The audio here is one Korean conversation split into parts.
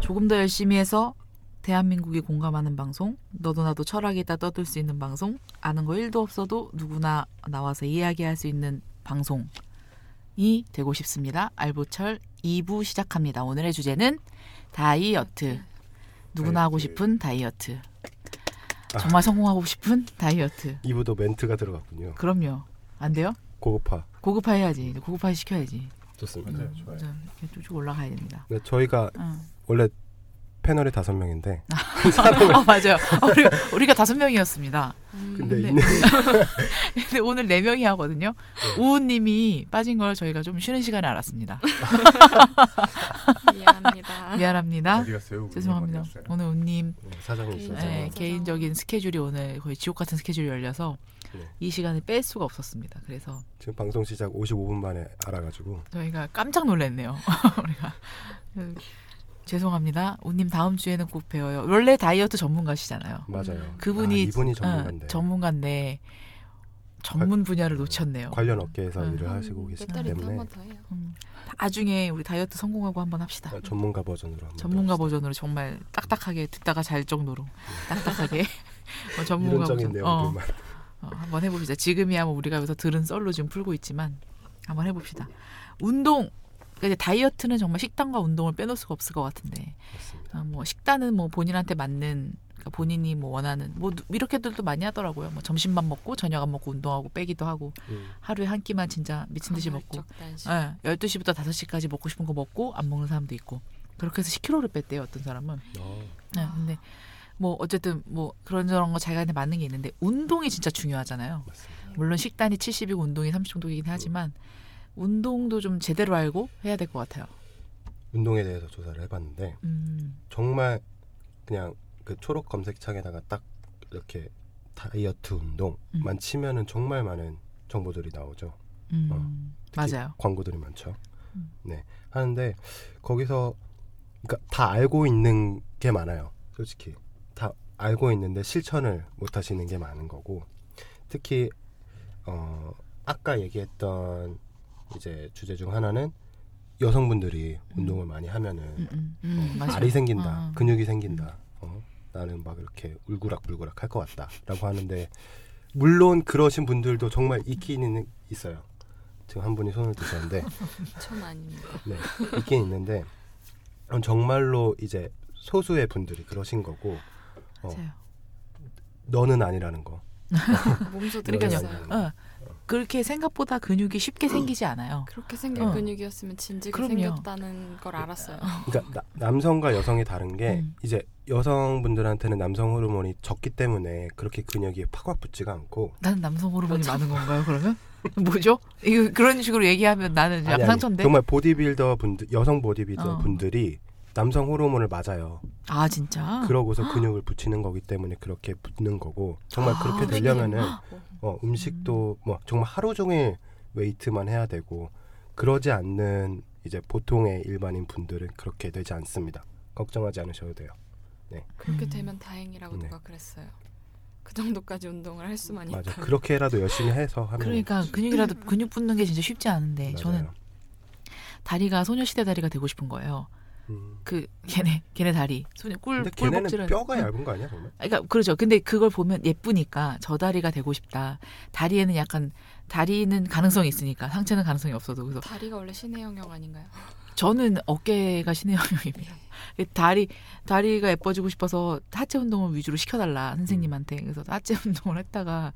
조금 더 열심히 해서 대한민국이 공감하는 방송, 너도 나도 철학이 있다 떠들 수 있는 방송, 아는 거 1도 없어도 누구나 나와서 이야기할 수 있는 방송이 되고 싶습니다. 알보철 2부 시작합니다. 오늘의 주제는 다이어트. 누구나 하고 싶은 다이어트. 정말 성공하고 싶은 다이어트. 이부도 멘트가 들어갔군요. 그럼요. 안 돼요? 고급화 고급화 해야지. 고급화 시켜야지. 음, 좋습니다. 맞아요, 좋아요. 좀 이렇게 쭉쭉 올라가야 됩니다. 네, 저희가 응. 원래 패널이 다섯 명인데 아 맞아요. 아, 우리, 우리가 다섯 명이었습니다. 근데 음, 네. 있는 근데 오늘 네 명이 하거든요. 우우님이 빠진 걸 저희가 좀 쉬는 시간에 알았습니다. 네. 미안합니다. 예. 미안합니다. 어디 갔어요? 우리 죄송합니다. 아, 네, 어디 갔어요? 오늘 우님 사정이 있어서 네, 맞아요. 개인적인 스케줄이 오늘 거의 지옥 같은 스케줄이 열려서 네. 이 시간을 뺄 수가 없었습니다. 그래서 지금 방송 시작 55분 만에 알아가지고 저희가 깜짝 놀랐네요. 우리가 음, 죄송합니다. 우님 다음 주에는 꼭 뵈어요. 원래 다이어트 전문가시잖아요. 맞아요. 그분이 아, 이분이 어, 전문가인데 전문가인데 전문 분야를 놓쳤네요. 관련 업계에서 음. 일을 하시고 계시기 배터리도 때문에 아, 한번 더 해요. 음, 나중에 우리 다이어트 성공하고 한번 합시다. 아, 전문가 버전으로 한번 음, 전문가 해봅시다. 버전으로 정말 딱딱하게 듣다가 잘 정도로 딱딱하게 어, 전문가 이론적인 버전 어, 내용들만 어, 한번 해봅시다. 지금이야 뭐 우리가 여기서 들은 썰로 지금 풀고 있지만 한번 해봅시다. 운동 그러니까 이제 다이어트는 정말 식단과 운동을 빼놓을 수가 없을 것 같은데 맞습니다. 아, 뭐 식단은 뭐 본인한테 맞는 그러니까 본인이 뭐 원하는 뭐 누- 이렇게들도 많이 하더라고요. 뭐 점심만 먹고 저녁 안 먹고 운동하고 빼기도 하고 음. 하루에 한 끼만 진짜 미친 듯이 먹고 간헐적 아, 단식. 예, 12시부터 5시까지 먹고 싶은 거 먹고 안 먹는 사람도 있고 그렇게 해서 10kg를 뺐대요 어떤 사람은 어, 예, 근데 뭐 어쨌든 뭐 그런저런 거 자기한테 맞는 게 있는데 운동이 진짜 중요하잖아요 맞습니다. 물론 식단이 70이고 운동이 30 정도이긴 하지만 운동도 좀 제대로 알고 해야 될 것 같아요 운동에 대해서 조사를 해봤는데 음, 정말 그냥 그 초록 검색창에다가 딱 이렇게 다이어트 운동만 음. 치면은 정말 많은 정보들이 나오죠. 음, 어, 특히 맞아요 광고들이 많죠. 음. 네 하는데 거기서 그러니까 다 알고 있는 게 많아요. 솔직히 다 알고 있는데 실천을 못 하시는 게 많은 거고 특히 어 아까 얘기했던 이제 주제 중 하나는 여성분들이 운동을 많이 하면은 음, 음, 음, 맞아요. 알이 어, 생긴다, 어. 근육이 생긴다. 어, 나는 막 이렇게 울그락불그락 할 것 같다라고 하는데 물론 그러신 분들도 정말 있기는 있어요. 지금 한 분이 손을 드셨는데 전 아닙니다. 네, 있긴 있는데 그럼 정말로 이제 소수의 분들이 그러신 거고 어, 맞아요 너는 아니라는 거. 몸소 그러니까요. 들어있어요. 어, 그렇게 생각보다 근육이 쉽게 생기지 않아요 그렇게 생긴 어. 근육이었으면 진지게 그럼요. 생겼다는 걸 알았어요. 그러니까 나- 남성과 여성이 다른 게 음. 이제 여성분들한테는 남성 호르몬이 적기 때문에 그렇게 근육이 팍팍 붙지가 않고 나는 남성 호르몬이 그렇죠. 많은 건가요? 그러면 뭐죠? 이거 그런 식으로 얘기하면 나는 약간 상처인데. 정말 보디빌더 분들 여성 보디빌더 어. 분들이 남성 호르몬을 맞아요. 아 진짜? 그러고서 근육을 붙이는 거기 때문에 그렇게 붙는 거고 정말 아, 그렇게 선생님. 되려면은 어, 음식도 뭐 정말 하루 종일 웨이트만 해야 되고 그러지 않는 이제 보통의 일반인 분들은 그렇게 되지 않습니다. 걱정하지 않으셔도 돼요. 그렇게 음. 되면 다행이라고 네. 누가 그랬어요. 그 정도까지 운동을 할 수만 맞아. 있다면. 그렇게라도 열심히 해서 하면 그러니까 근육이라도 근육 붙는 게 진짜 쉽지 않은데 맞아요. 저는 다리가 소녀시대 다리가 되고 싶은 거예요. 음. 그 걔네 걔네 다리 소녀 꿀 근데 걔네는 꿀복질은 뼈가 얇은 거 아니야 정말? 그러니까 그렇죠. 근데 그걸 보면 예쁘니까 저 다리가 되고 싶다. 다리에는 약간 다리는 가능성이 있으니까 상체는 가능성이 없어도 그래서 다리가 원래 신의 영역 아닌가요? 저는 어깨가 신의 영역입니다. 다리 다리가 예뻐지고 싶어서 하체 운동을 위주로 시켜달라 선생님한테 음. 그래서 하체 운동을 했다가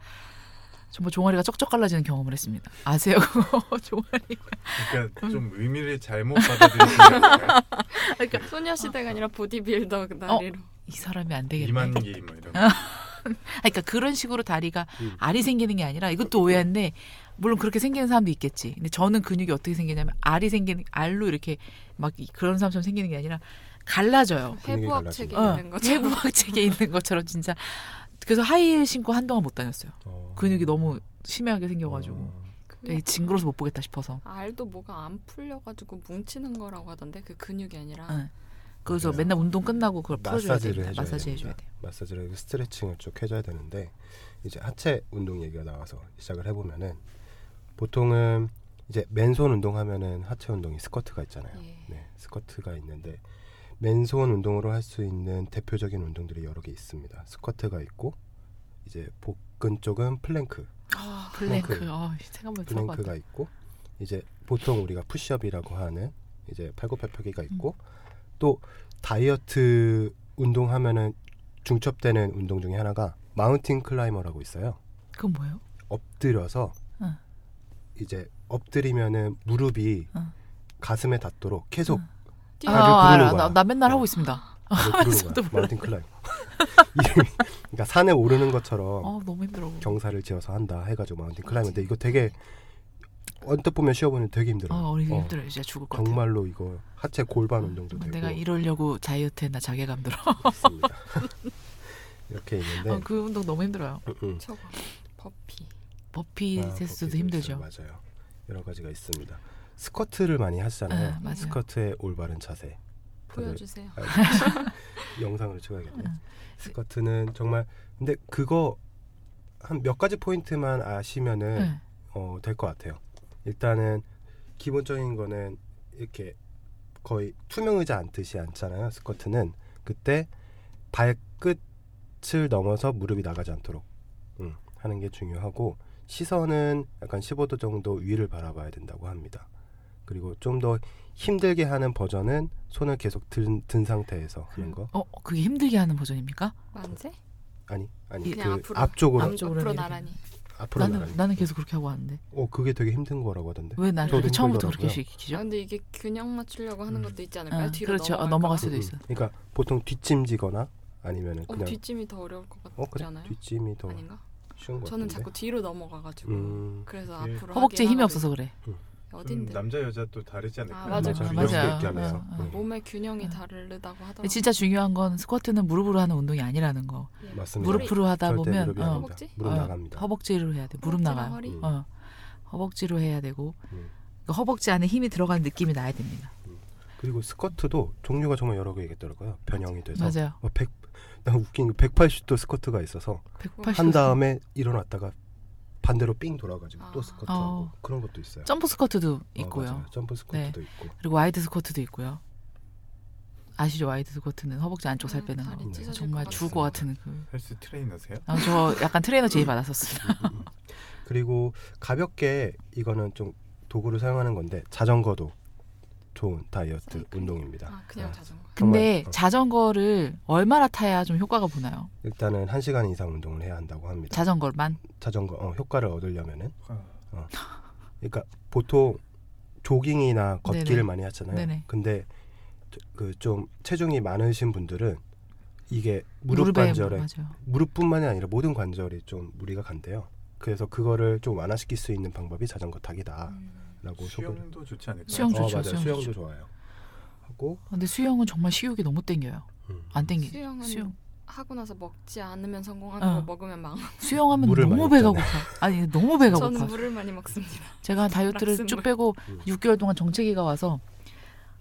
정말 종아리가 쩍쩍 갈라지는 경험을 했습니다. 아세요? 그거? 종아리가 음. 그러니까 좀 의미를 잘못 받아들이시는 그러니까 그 소녀시대가 아니라 어. 보디빌더 그 다리로. 이 사람이 안 되겠네. 이만기 뭐 이런. 거. 아니, 그러니까 그런 식으로 다리가 음. 알이 생기는 게 아니라 이것도 오해인데 물론 그렇게 생기는 사람도 있겠지. 근데 저는 근육이 어떻게 생기냐면 알이 생기는 알로 이렇게 막 이- 그런 사람처럼 생기는 게 아니라 갈라져요. 해부학 어. 근육이 책에 갈라지고. 있는 거죠. 어. 해부학책에 있는 것처럼 진짜 그래서 하이힐 신고 한동안 못 다녔어요. 어. 근육이 너무 심하게 생겨가지고 어. 음. 에이, 징그러서 못 보겠다 싶어서 알도 뭐가 안 풀려가지고 뭉치는 거라고 하던데 그 근육이 아니라 응. 그래서 맞아요. 맨날 운동 끝나고 그걸 풀어줘야 그러니까. 마사지를 됩니다. 해줘야 마사지 해줘야 됩니다. 돼요. 마사지를 해서 스트레칭을 쭉 해줘야 되는데 이제 하체 운동 얘기가 나와서 시작을 해보면은 보통은 네. 이제 맨손 운동하면은 하체 운동이 스쿼트가 있잖아요. 예. 네, 스쿼트가 있는데 맨손 운동으로 할 수 있는 대표적인 운동들이 여러 개 있습니다. 스쿼트가 있고 이제 복근 쪽은 플랭크, 아, 플랭크. 플랭크. 아, 생각만 들어봐도. 플랭크가 있고 이제 보통 우리가 푸시업이라고 하는 이제 팔굽혀펴기가 있고 음. 또 다이어트 운동하면은 중첩되는 운동 중에 하나가 마운틴 클라이머라고 있어요. 그건 뭐예요? 엎드려서 응. 이제 엎드리면은 무릎이 응. 가슴에 닿도록 계속 응. 뛰어. 발을 구르는 아, 알아. 거야. 나, 나 맨날 어. 하고 있습니다. 발을 구르는 아, 저도 거야. 몰랐네. 마운틴 클라이머. 이름이 그러니까 산에 오르는 것처럼 어, 너무 힘들어. 경사를 지어서 한다 해가지고 마운틴 클라이머인데 이거 되게 언뜻 보면 쉬워 보이는데 되게 힘들어. 어, 요 어리 힘들어. 진짜 죽을 것 같아. 정말로 이거 하체 골반 운동도 되고 아, 내가 이러려고 다이어트 했나 자괴감 들어. 있습니다. 이렇게 있는데 어, 그 운동 너무 힘들어요. 음. 저거 버피. 버피 아, 테스트도 거기도 힘들죠. 있어요. 맞아요. 여러 가지가 있습니다. 스쿼트를 많이 아, 하시잖아요. 맞아요. 스쿼트의 올바른 자세. 다들 아, 보여주세요. 영상으로 찍어야겠네. 응. 스쿼트는 정말 근데 그거 한 몇 가지 포인트만 아시면은 네. 어, 될 것 같아요. 일단은 기본적인 거는 이렇게 거의 투명 의자 앉듯이 앉잖아요. 스쿼트는 그때 발끝을 넘어서 무릎이 나가지 않도록 음, 하는 게 중요하고 시선은 약간 15도 정도 위를 바라봐야 된다고 합니다. 그리고 좀 더 힘들게 하는 버전은 손을 계속 든, 든 상태에서 하는 거 어, 그게 힘들게 하는 버전입니까? 만세? 아니 아니 그 그냥 앞으로. 앞쪽으로 앞- 쪽으로 앞으로 이렇게. 나란히. 앞으로 나는 나가는. 나는 계속 그렇게 하고 왔는데 어 그게 되게 힘든 거라고 하던데. 왜 나를 저도 그렇게 처음부터 힘들더라고요. 그렇게 아, 시키죠? 근데 이게 균형 맞추려고 하는 음. 것도 있지 않을까요? 아, 뒤로 그렇죠. 어, 넘어갈까 넘어갈 봐. 수도 음, 있어요. 그러니까 보통 뒷짐지거나 아니면은 어, 그냥 뒷짐이 더 어려울 것 같지 어, 그래? 않아요? 뒷짐이 더 아닌가? 쉬운 거 저는 같은데. 자꾸 뒤로 넘어가가지고 음. 그래서 예. 앞으로 허벅지에 하긴 힘이 하는데 없어서 그래. 좀 어딘데? 남자 여자 또 다르지 않을까요? 아, 맞아요. 맞아요. 균형도 맞아요. 있지 않아요? 어, 네. 어. 몸의 균형이 음. 다르다고 하더라고요. 근데 진짜 중요한 건 스쿼트는 무릎으로 하는 운동이 아니라는 거. 예. 맞습니다. 무릎으로 하다 네. 절대 보면 무릎이 어, 아닙니다. 허벅지? 무릎 어, 나갑니다. 허벅지로 해야 돼. 무릎 허벅지랑 나가요. 허리? 음. 어. 허벅지로 해야 되고 음. 그러니까 허벅지 안에 힘이 들어가는 느낌이 나야 됩니다. 그리고 스쿼트도 종류가 정말 여러 개 있더라고요. 변형이 돼서 맞아요. 어, 100, 나 웃긴 게 180도 스쿼트가 있어서 180. 한 다음에 일어났다가 반대로 삥 돌아가지고 또 아. 스쿼트하고 어. 네. 그런 것도 있어요. 점프 스쿼트도 있고요. 어, 맞아요. 점프 스쿼트도 있고. 그리고 와이드 스쿼트도 있고요. 아시죠? 와이드 스쿼트는 허벅지 안쪽 살 음, 빼는 거. 다리 네. 찢어질 정말 것 죽을 같아요. 것 같은 그. 헬스 트레이너세요? 아, 저 약간 트레이너 제의 받았었어요. 그리고 가볍게 이거는 좀 도구를 사용하는 건데 자전거도 좋은 다이어트 사이클? 운동입니다. 아 그냥 아, 자전거. 근데 정말, 어. 자전거를 얼마나 타야 좀 효과가 보나요? 일단은 1시간 이상 운동을 해야 한다고 합니다. 자전거만? 자전거 어, 효과를 얻으려면은 아, 그러니까 보통 조깅이나 걷기를 네네. 많이 하잖아요. 네네. 근데 그 좀 체중이 많으신 분들은 이게 무릎 무릎에 뭐 관절에 맞아요. 무릎뿐만이 아니라 모든 관절이 좀 무리가 간대요. 그래서 그거를 좀 완화시킬 수 있는 방법이 자전거 타기다라고 음. 소개를 수영도 좋지 않을까요? 수영 어, 좋죠, 맞아요. 수영 수영도 좋죠. 좋아요. 하고 근데 수영은 정말 식욕이 너무 땡겨요. 음, 안 땡기. 수영은 수영. 하고 나서 먹지 않으면 성공하는 어. 거 먹으면 망. 수영하면 물을 너무 많이 배가 고파. 먹잖아요. 아니 너무 배가 고파. 저는 물을 많이 먹습니다. 제가 다이어트를 쭉 락스물. 빼고 음. 6개월 동안 정체기가 와서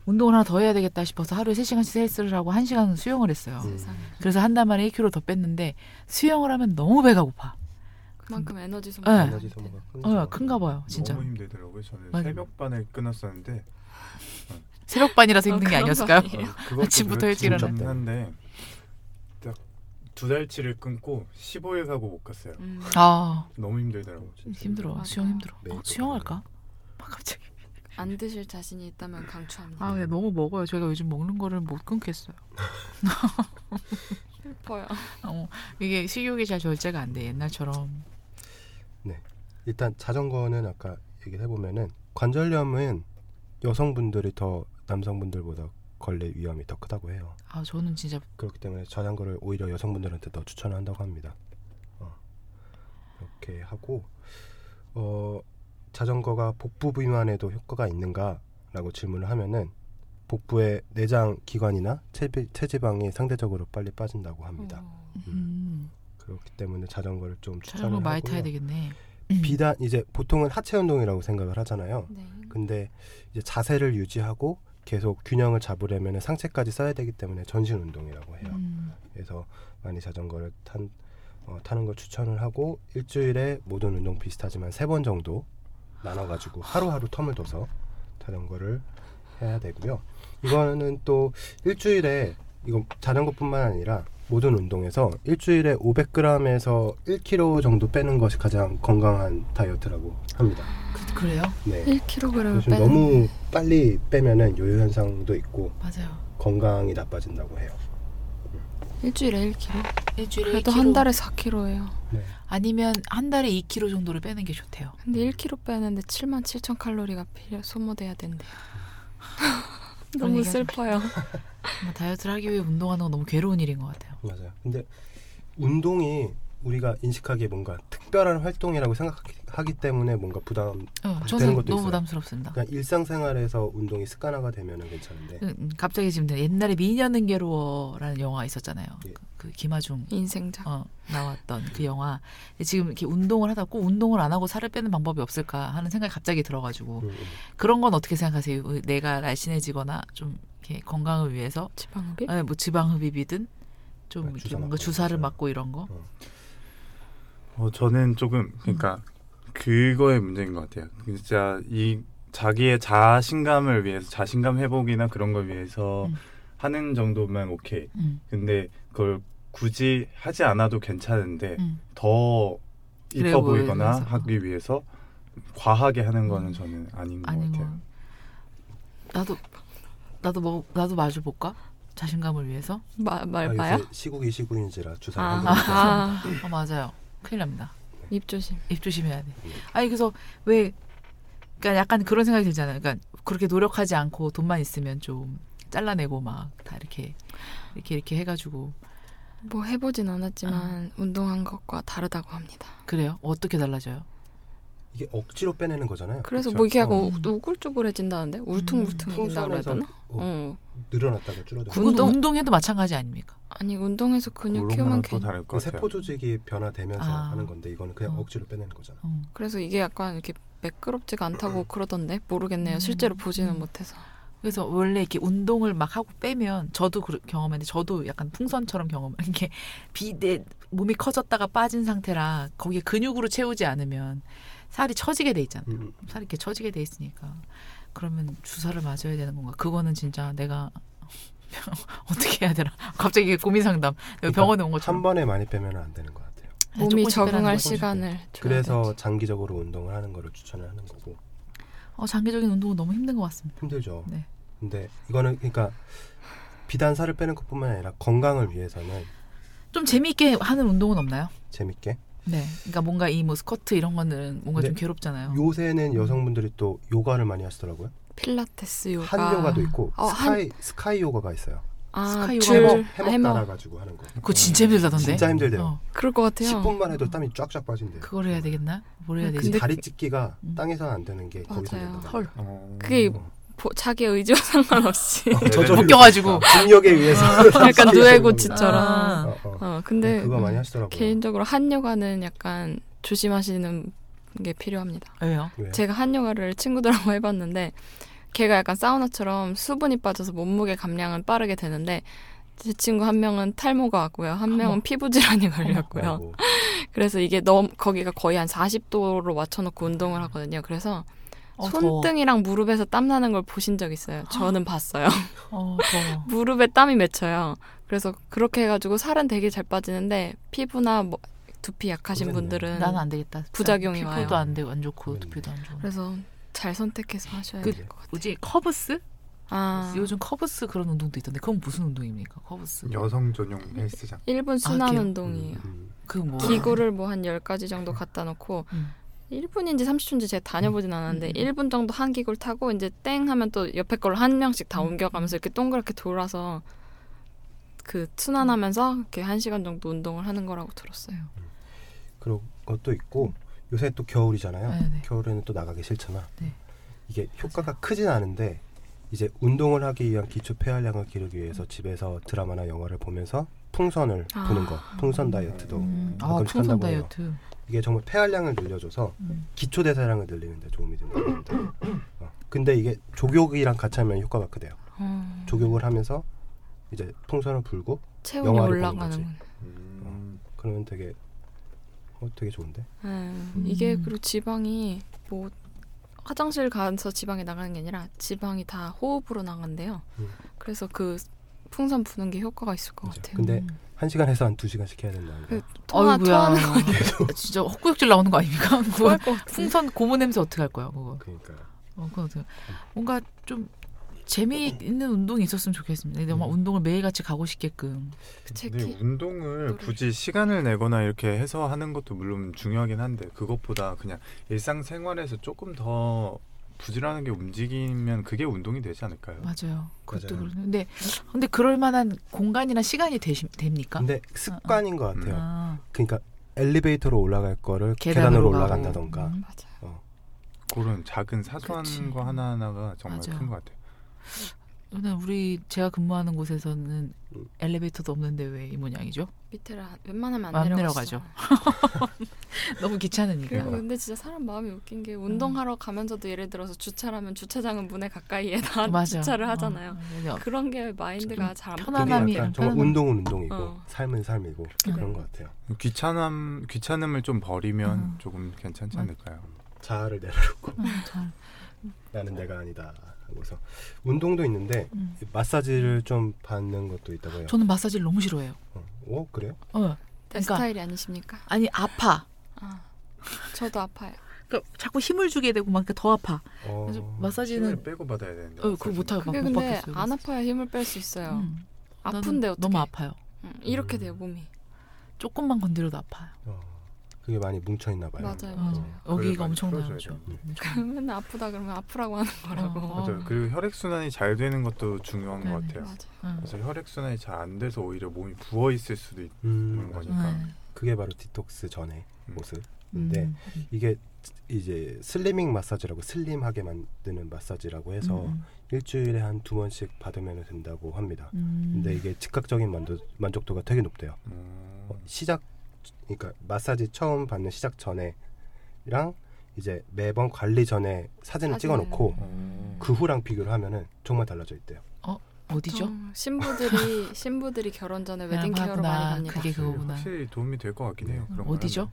운동을 하나 더 해야 되겠다 싶어서 하루에 3시간씩 헬스를 하고 1시간 수영을 했어요. 음. 세상에 그래서 한 달 만에 1kg 더 뺐는데 수영을 하면 너무 배가 고파. 그만큼 에너지 네. 소모가 에너지 많대요. 소모가 어, 큰가 큰가 봐요, 진짜. 너무 힘들더라고요. 저는 맞아요. 새벽 반에 끊었었는데 새벽반이라서 힘든 어, 게 그런 아니었을까요? 거 아니에요? 그것도 아침부터 그렇긴 일찍 일어날 때. 한데 딱 두 달치를 끊고 15일 가고 못 갔어요. 음. 아 너무 힘들더라고요. 진짜. 힘들어. 맞아. 수영 힘들어. 매일 어, 또 수영할까? 막 갑자기. 안 드실 자신이 있다면 강추합니다. 아, 네, 너무 먹어요. 제가 요즘 먹는 거를 못 끊겠어요. 슬퍼요. 어, 이게 식욕이 잘 절제가 안 돼. 옛날처럼. 일단 자전거는 아까 얘기해 보면은 관절염은 여성분들이 더 남성분들보다 걸릴 위험이 더 크다고 해요. 아, 저는 진짜 그렇기 때문에 자전거를 오히려 여성분들한테 더 추천한다고 합니다. 어. 이렇게 하고 어, 자전거가 복부 비만에도 효과가 있는가라고 질문을 하면은 복부의 내장 기관이나 체비, 체지방이 상대적으로 빨리 빠진다고 합니다. 어. 음, 그렇기 때문에 자전거를 좀 추천을 자전거 많이 타야 하고요. 되겠네. 비단 이제 보통은 하체 운동이라고 생각을 하잖아요. 네. 근데 이제 자세를 유지하고 계속 균형을 잡으려면 상체까지 써야 되기 때문에 전신 운동이라고 해요. 음, 그래서 많이 자전거를 탄, 어, 타는 걸 추천을 하고 일주일에 모든 운동 비슷하지만 세 번 정도 나눠가지고 하루하루 텀을 둬서 자전거를 해야 되고요. 이거는 또 일주일에 이건 자전거뿐만 아니라 모든 운동에서 일주일에 500g에서 1kg 정도 빼는 것이 가장 건강한 다이어트라고 합니다. 그, 래요 네. 1kg을 요즘 빼는 너무 빨리 빼면은 요요 현상도 있고 맞아요. 건강이 나빠진다고 해요. 일주일에 1kg. 일주일에 그래도 1kg. 한 달에 4kg예요. 아니면 한 달에 2kg 정도를 빼는 게 좋대요. 근데 1kg 빼는데 7만 7천 칼로리가 필요 소모돼야 된대요. 그런 너무 얘기 하지 슬퍼요. 정말 뭐 다이어트를 하기 위해 운동하는 건 너무 괴로운 일인 것 같아요. 맞아요. 근데 운동이 우리가 인식하기에 뭔가 특별한 활동이라고 생각하기 때문에 뭔가 부담 어, 되는 저는 아, 것도 너무 있어요. 부담스럽습니다. 아. 그냥 일상생활에서 운동이 습관화가 되면은 괜찮은데 음, 음, 갑자기 지금 내- 옛날에 미녀는 괴로워라는 영화 있었잖아요. 예. 그, 그 김하중 인생작. 어, 나왔던 그 영화. 근데 지금 이렇게 운동을 하다 꼭 운동을 안 하고 살을 빼는 방법이 없을까 하는 생각이 갑자기 들어가지고 음, 음. 그런 건 어떻게 생각하세요? 으, 내가 날씬해지거나 좀 이렇게 건강을 위해서 지방흡입? 아, 뭐 지방 흡입이든 좀 아, 이렇게 주사 뭔가 맞고 주사를 그러죠. 맞고 이런 거. 어, 저는 조금 그러니까 음. 그거의 문제인 것 같아요. 진짜 이 자기의 자신감을 위해서 자신감 회복이나 그런 걸 위해서 음. 하는 정도면 오케이. 음, 근데 그걸 굳이 하지 않아도 괜찮은데 음. 더 그래 이뻐 보이거나 보이면서. 하기 위해서 과하게 하는 거는 음. 저는 아닌 네, 것 아니 같아요. 뭐 나도 나도 뭐 나도 마주 볼까? 자신감을 위해서? 마, 아, 요새 말봐요? 시국이 시국인지라 아, 주사를 한번 맞아서 아, 어, 맞아요. 큰일 납니다. 입 조심. 입 조심해야 돼. 아니 그래서 왜 그러니까 약간 그런 생각이 들잖아요. 그러니까 그렇게 노력하지 않고 돈만 있으면 좀 잘라내고 막 다 이렇게 이렇게 이렇게 해가지고 뭐 해보진 않았지만 운동한 것과 다르다고 합니다. 그래요? 어떻게 달라져요? 이게 억지로 빼내는 거잖아요. 그래서 그쵸. 뭐 이게 약간 어. 음, 우- 우글쭈글해진다는데 울퉁불퉁해진다 그래야 풍선에서 되나? 어, 어. 늘어났다가 줄어들고 군- 운동? 운동 운동해도 마찬가지 아닙니까? 아니 운동해서 근육 물론 키우면 또 괜. 다를 것 그 같아요. 세포 조직이 변화되면서 아. 하는 건데 이거는 그냥 어. 억지로 빼내는 거잖아. 어. 그래서 이게 약간 이렇게 매끄럽지가 않다고 그러던데 모르겠네요. 음. 실제로 보지는 음. 못해서. 그래서 원래 이렇게 운동을 막 하고 빼면 저도 그 경험했는데 저도 약간 풍선처럼 경험한 게 비대 몸이 커졌다가 빠진 상태라 거기에 근육으로 채우지 않으면 살이 처지게 돼 있잖아. 음, 음. 살이 이렇게 처지게 돼 있으니까 그러면 주사를 맞아야 되는 건가? 그거는 진짜 내가 어떻게 해야 되나? 갑자기 이게 고민 상담. 내가 병원에 온 그러니까 한 것처럼 네, 번에 많이 빼면 안 되는 것 같아요. 몸이 조금씩 빼라는 적응할 거지. 시간을 줘야 그래서 되지. 장기적으로 운동을 하는 거를 추천을 하는 거고 어, 장기적인 운동은 너무 힘든 것 같습니다. 힘들죠. 네. 근데 이거는 그러니까 비단 살을 빼는 것뿐만 아니라 건강을 위해서는 좀 재미있게 하는 운동은 없나요? 재밌게 네. 그러니까 뭔가 이 뭐 스쿼트 이런 거는 뭔가 좀 네. 어. 괴롭잖아요. 음. 요새는 여성분들이 또 요가를 많이 하시더라고요. 필라테스 요가. 한 요가도 있고 어, 스카이 스카이 요가가 있어요. 아, 어, 스카이 네. 요가 줄 해먹- 해먹 해먹 해먹. 따라가지고 하는 거. 그거 진짜 힘들다던데. 진짜 힘들대요. 네. 어, 그럴 것 같아요. 10분만 해도 땀이 쫙쫙 빠진대요. 그걸 해야 되겠나? 뭘 해야 음, 되지? 근데- 다리 찢기가 음. 땅에서 안 되는 게 거기서 맞아요. 된다. 헐. 어. 그게 음. 음. 보, 자기 의지와 상관없이 저절로 벗겨가지고. 중력에 어. 의해서 아, 약간 진 누에고치처럼. 아. 어, 어. 어, 근데 그거 많이 음, 하시더라고요. 개인적으로 한요가는 약간 조심하시는 게 필요합니다. 왜요? 왜요? 제가 한요가를 친구들하고 해봤는데 걔가 약간 사우나처럼 수분이 빠져서 몸무게 감량은 빠르게 되는데 제 친구 한 명은 탈모가 왔고요. 한 명은 어머. 피부 질환이 걸렸고요. 아이고. 그래서 이게 너무 거기가 거의 한 40도로 맞춰놓고 운동을 하거든요. 그래서 어, 더워. 손등이랑 무릎에서 땀 나는 걸 보신 적 있어요. 저는 봤어요. 어, 더워. 무릎에 땀이 맺혀요. 그래서 그렇게 해가지고 살은 되게 잘 빠지는데 피부나 뭐 두피 약하신 그러겠네. 분들은 나는 안 되겠다. 부작용이 피부도 와요. 안 되고 안 네. 좋고 두피도 안 좋고. 그래서 잘 선택해서 하셔야 그- 될 것 같아요. 뭐지 커브스? 아, 요즘 커브스 그런 운동도 있던데 그건 무슨 운동입니까? 커브스. 여성 전용 헬스장. 일본 아, 순환 기어- 운동이에요. 음, 그 뭐. 기구를 뭐 한 10가지 정도 갖다 놓고 음. 1분인지 30초인지 제가 다녀보진 않았는데 음. 1분 정도 한 기구를 타고 이제 땡 하면 또 옆에 걸로 한 명씩 다 음. 옮겨가면서 이렇게 동그랗게 돌아서 그 순환하면서 이렇게 한 시간 정도 운동을 하는 거라고 들었어요. 그런 것도 있고 요새 또 겨울이잖아요. 네, 네. 겨울에는 또 나가기 싫잖아. 네. 이게 효과가 크진 않은데 이제 운동을 하기 위한 기초 폐활량을 기르기 음. 위해서 집에서 드라마나 영화를 보면서 풍선을 아. 보는 거, 풍선 다이어트도 음. 아 가끔씩 풍선 한다고 해요. 다이어트. 이게 정말 폐활량을 늘려줘서 음. 기초 대사량을 늘리는데 도움이 된다고 합니다. 어. 근데 이게 조격이랑 같이 하면 효과가 크대요. 음. 어, 조격을 하면서 이제 풍선을 불고 체온이 영화를 올라가는 네. 보는 음. 그러면 되게 어, 되게 좋은데. 음, 이게 그리고 지방이 뭐 화장실 가서 지방이 나가는 게 아니라 지방이 다 호흡으로 나간대요. 음. 그래서 그 풍선 부는 게 효과가 있을 것 맞아. 같아요. 근데 음. 한 시간에서 한 두 시간씩 해야 된다는 그- 거. 그러니까. 통화 통화는 진짜 헛구역질 나오는 거 아닙니까? 그거 좋아할 것 같은데. 풍선 고무 냄새 어떻게 할 거야 그거? 그러니까 어, 그건 어떡해. 뭔가 좀 재미있는 운동이 있었으면 좋겠습니다. 근데 막 음. 운동을 매일같이 가고 싶게끔. 근데 재키 운동을 노래. 굳이 시간을 내거나 이렇게 해서 하는 것도 물론 중요하긴 한데 그것보다 그냥 일상생활에서 조금 더 부지런하게 움직이면 그게 운동이 되지 않을까요? 맞아요. 그것도 그렇죠. 맞아요. 그러네. 근데 근데 그럴 만한 공간이나 시간이 되시, 됩니까? 근데 습관인 것 같아요. 아, 그러니까 엘리베이터로 올라갈 거를 계단으로 계단으로, 가고. 올라간다던가 음. 맞아요. 그런 작은 사소한 그치. 거 하나하나가 정말 맞아요. 큰 것 같아요. 근데 우리 제가 근무하는 곳에서는 음. 엘리베이터도 없는데 왜 이 모양이죠? 밑에를 안- 웬만하면 안 안 내려가죠. 내려가죠. 너무 그리고 귀찮으니까. 네, 근데 진짜 사람 마음이 웃긴 게 운동하러 가면서도 예를 들어서 주차하면 주차장은 문에 가까이에다 맞아. 주차를 하잖아요. 어, 그런 게 마인드가 잘안 좀 그게 편안함이- 약간 약간 정말 편안함. 운동은 운동이고 어. 삶은 삶이고 그런 돼요. 것 같아요. 귀찮음 귀찮음을 좀 버리면 음. 조금 괜찮지 맞- 않을까요? 자아를 내려놓고 음, 잘. 나는 내가 아니다 하고서 운동도 있는데 음. 마사지를 좀 받는 것도 있다고 해요. 저는 마사지를 너무 싫어해요. 어, 어, 그래요? 어. 내 그러니까- 스타일이 아니십니까? 아니 아파. 아, 저도 아파요. 그러니까 자꾸 힘을 주게 되고 막 이렇게 더 아파. 어, 그래서 힘을 마사지는 빼고 받아야 되는데. 어, 그거 못 하고 그게 못 근데 받겠어요. 안 아파야 힘을 뺄 수 있어요. 음, 나는 아픈데 어떻게? 너무 아파요. 이렇게 돼요 몸이. 조금만 건드려도 아파요. 어, 그게 많이 뭉쳐 있나 봐요. 맞아요, 어, 맞아요. 그걸 여기가 많이 엄청 풀어줘야 나죠. 음. 그러니까. 돼요. 음. 그러면 아프다 그러면 아프라고 하는 거라고. 어. 맞아요. 그리고 혈액 순환이 잘 되는 것도 중요한 것 네네. 같아요. 어. 맞아요. 그래서 혈액 순환이 잘 안 돼서 오히려 몸이 부어 있을 수도 있. 음, 맞아요. 맞아요. 그러니까. 그게 바로 디톡스 전의 음. 모습. 네. 네. 이게 이제 슬리밍 마사지라고 슬림하게 만드는 마사지라고 해서 음. 일주일에 한 두 번씩 받으면 된다고 합니다. 음. 근데 이게 즉각적인 만도, 만족도가 되게 높대요. 음. 어, 시작 그러니까 마사지 처음 받는 시작 전에랑 이제 매번 관리 전에 사진을 사진을. 찍어놓고 음. 그 후랑 비교를 하면은 정말 달라져 있대요. 어디죠? 보통 신부들이 신부들이 결혼 전에 웨딩 케어로 많이 하구나. 갑니다. 그게 그거구나. 네. 확실히 도움이 될 것 같긴 해요. 그런 어디죠?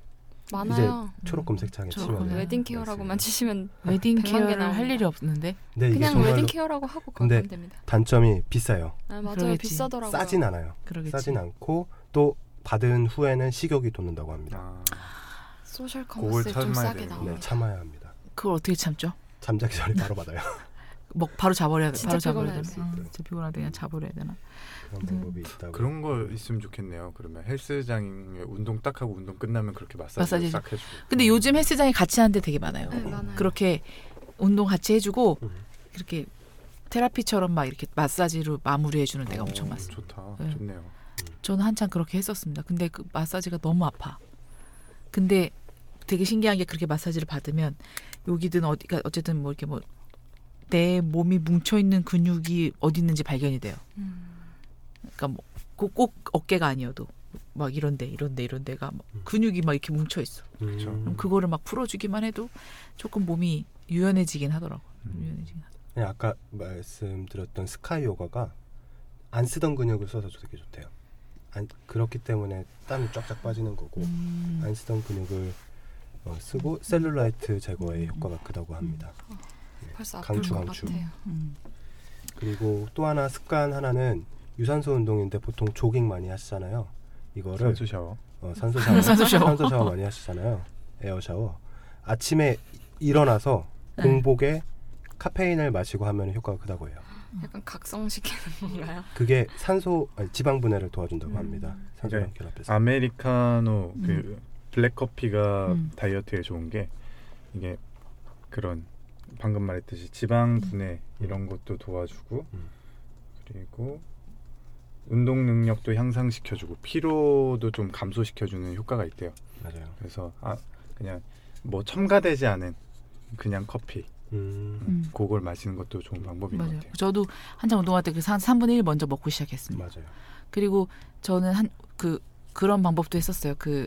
많아요. 초록 검색창에 초록 치면 검색. 웨딩 케어라고만 치시면 웨딩 백만 개 케어를 할 나옵니다. 일이 없는데 근데 네, 이게 그냥 정말로 웨딩 케어라고 하고 근데 가면 됩니다. 단점이 비싸요. 아, 맞아요. 그러겠지. 비싸더라고요. 싸진 않아요. 그러겠지. 싸진 않고 또 받은 후에는 식욕이 돋는다고 합니다. 아, 소셜 그걸 커머스에 좀 참아야 싸게 되는구나. 나옵니다. 네, 참아야 합니다. 그걸 어떻게 참죠? 잠자기 전에 바로 받아요. 먹 바로 잡아야 진짜 바로 잡아야 피곤할 되나? 수 아, 있어요. 진짜 피곤하다 그냥 잡아야 되나? 그런 네. 방법이 있다고. 그런 거 있으면 좋겠네요. 그러면 헬스장에 운동 딱 하고 운동 끝나면 그렇게 마사지 마사지. 싹 해주고. 근데 요즘 헬스장에 같이 하는 데 되게 많아요. 네, 많아요. 그렇게 운동 같이 해주고 음. 이렇게 테라피처럼 막 이렇게 마사지로 마무리해 주는 데가 엄청 어, 많습니다. 좋다. 네. 좋네요. 저는 한참 그렇게 했었습니다. 근데 그 마사지가 너무 아파. 근데 되게 신기한 게 그렇게 마사지를 받으면 여기든 어디가 어쨌든 뭐 이렇게 뭐 내 몸이 뭉쳐 있는 근육이 어디 있는지 발견이 돼요. 음. 그러니까 뭐꼭 꼭 어깨가 아니어도 막 이런데 이런데 이런데가 막 근육이 막 이렇게 뭉쳐 있어. 그렇죠. 음. 그럼 그거를 막 풀어주기만 해도 조금 몸이 유연해지긴 하더라고. 음. 유연해지긴 하더라고. 네, 아까 말씀드렸던 스카이 요가가 안 쓰던 근육을 써서 되게 좋대요. 안, 그렇기 때문에 땀이 쫙쫙 빠지는 거고 음. 안 쓰던 근육을 어, 쓰고 셀룰라이트 제거에 효과가 크다고 합니다. 벌써 아플 강추, 것 강추. 같아요. 음. 그리고 또 하나 습관 하나는 유산소 운동인데 보통 조깅 많이 하시잖아요. 이거를 산소 샤워. 어, 산소 샤워, 산소 샤워. 산소 샤워 많이 하시잖아요. 에어 샤워. 아침에 일어나서 네. 공복에 카페인을 마시고 하면 효과가 크다고 해요. 약간 각성시키는 건가요? 그게 산소 아니, 지방 분해를 음. 도와준다고 합니다. 산소랑 네. 결합해서. 아메리카노 그 블랙 커피가 음. 다이어트에 좋은 게 이게 그런 방금 말했듯이 음. 지방 분해 이런 것도 도와주고 음. 그리고 운동 능력도 향상시켜주고 피로도 좀 감소시켜주는 효과가 있대요. 맞아요. 그래서 아 그냥 뭐 첨가되지 않은 그냥 커피 음, 음. 그걸 마시는 것도 좋은 방법인 것 맞아요. 같아요. 저도 한참 운동할 때 그래서 한 3분의 1 먼저 먹고 시작했습니다. 맞아요. 그리고 저는 한 그 그런 방법도 했었어요. 그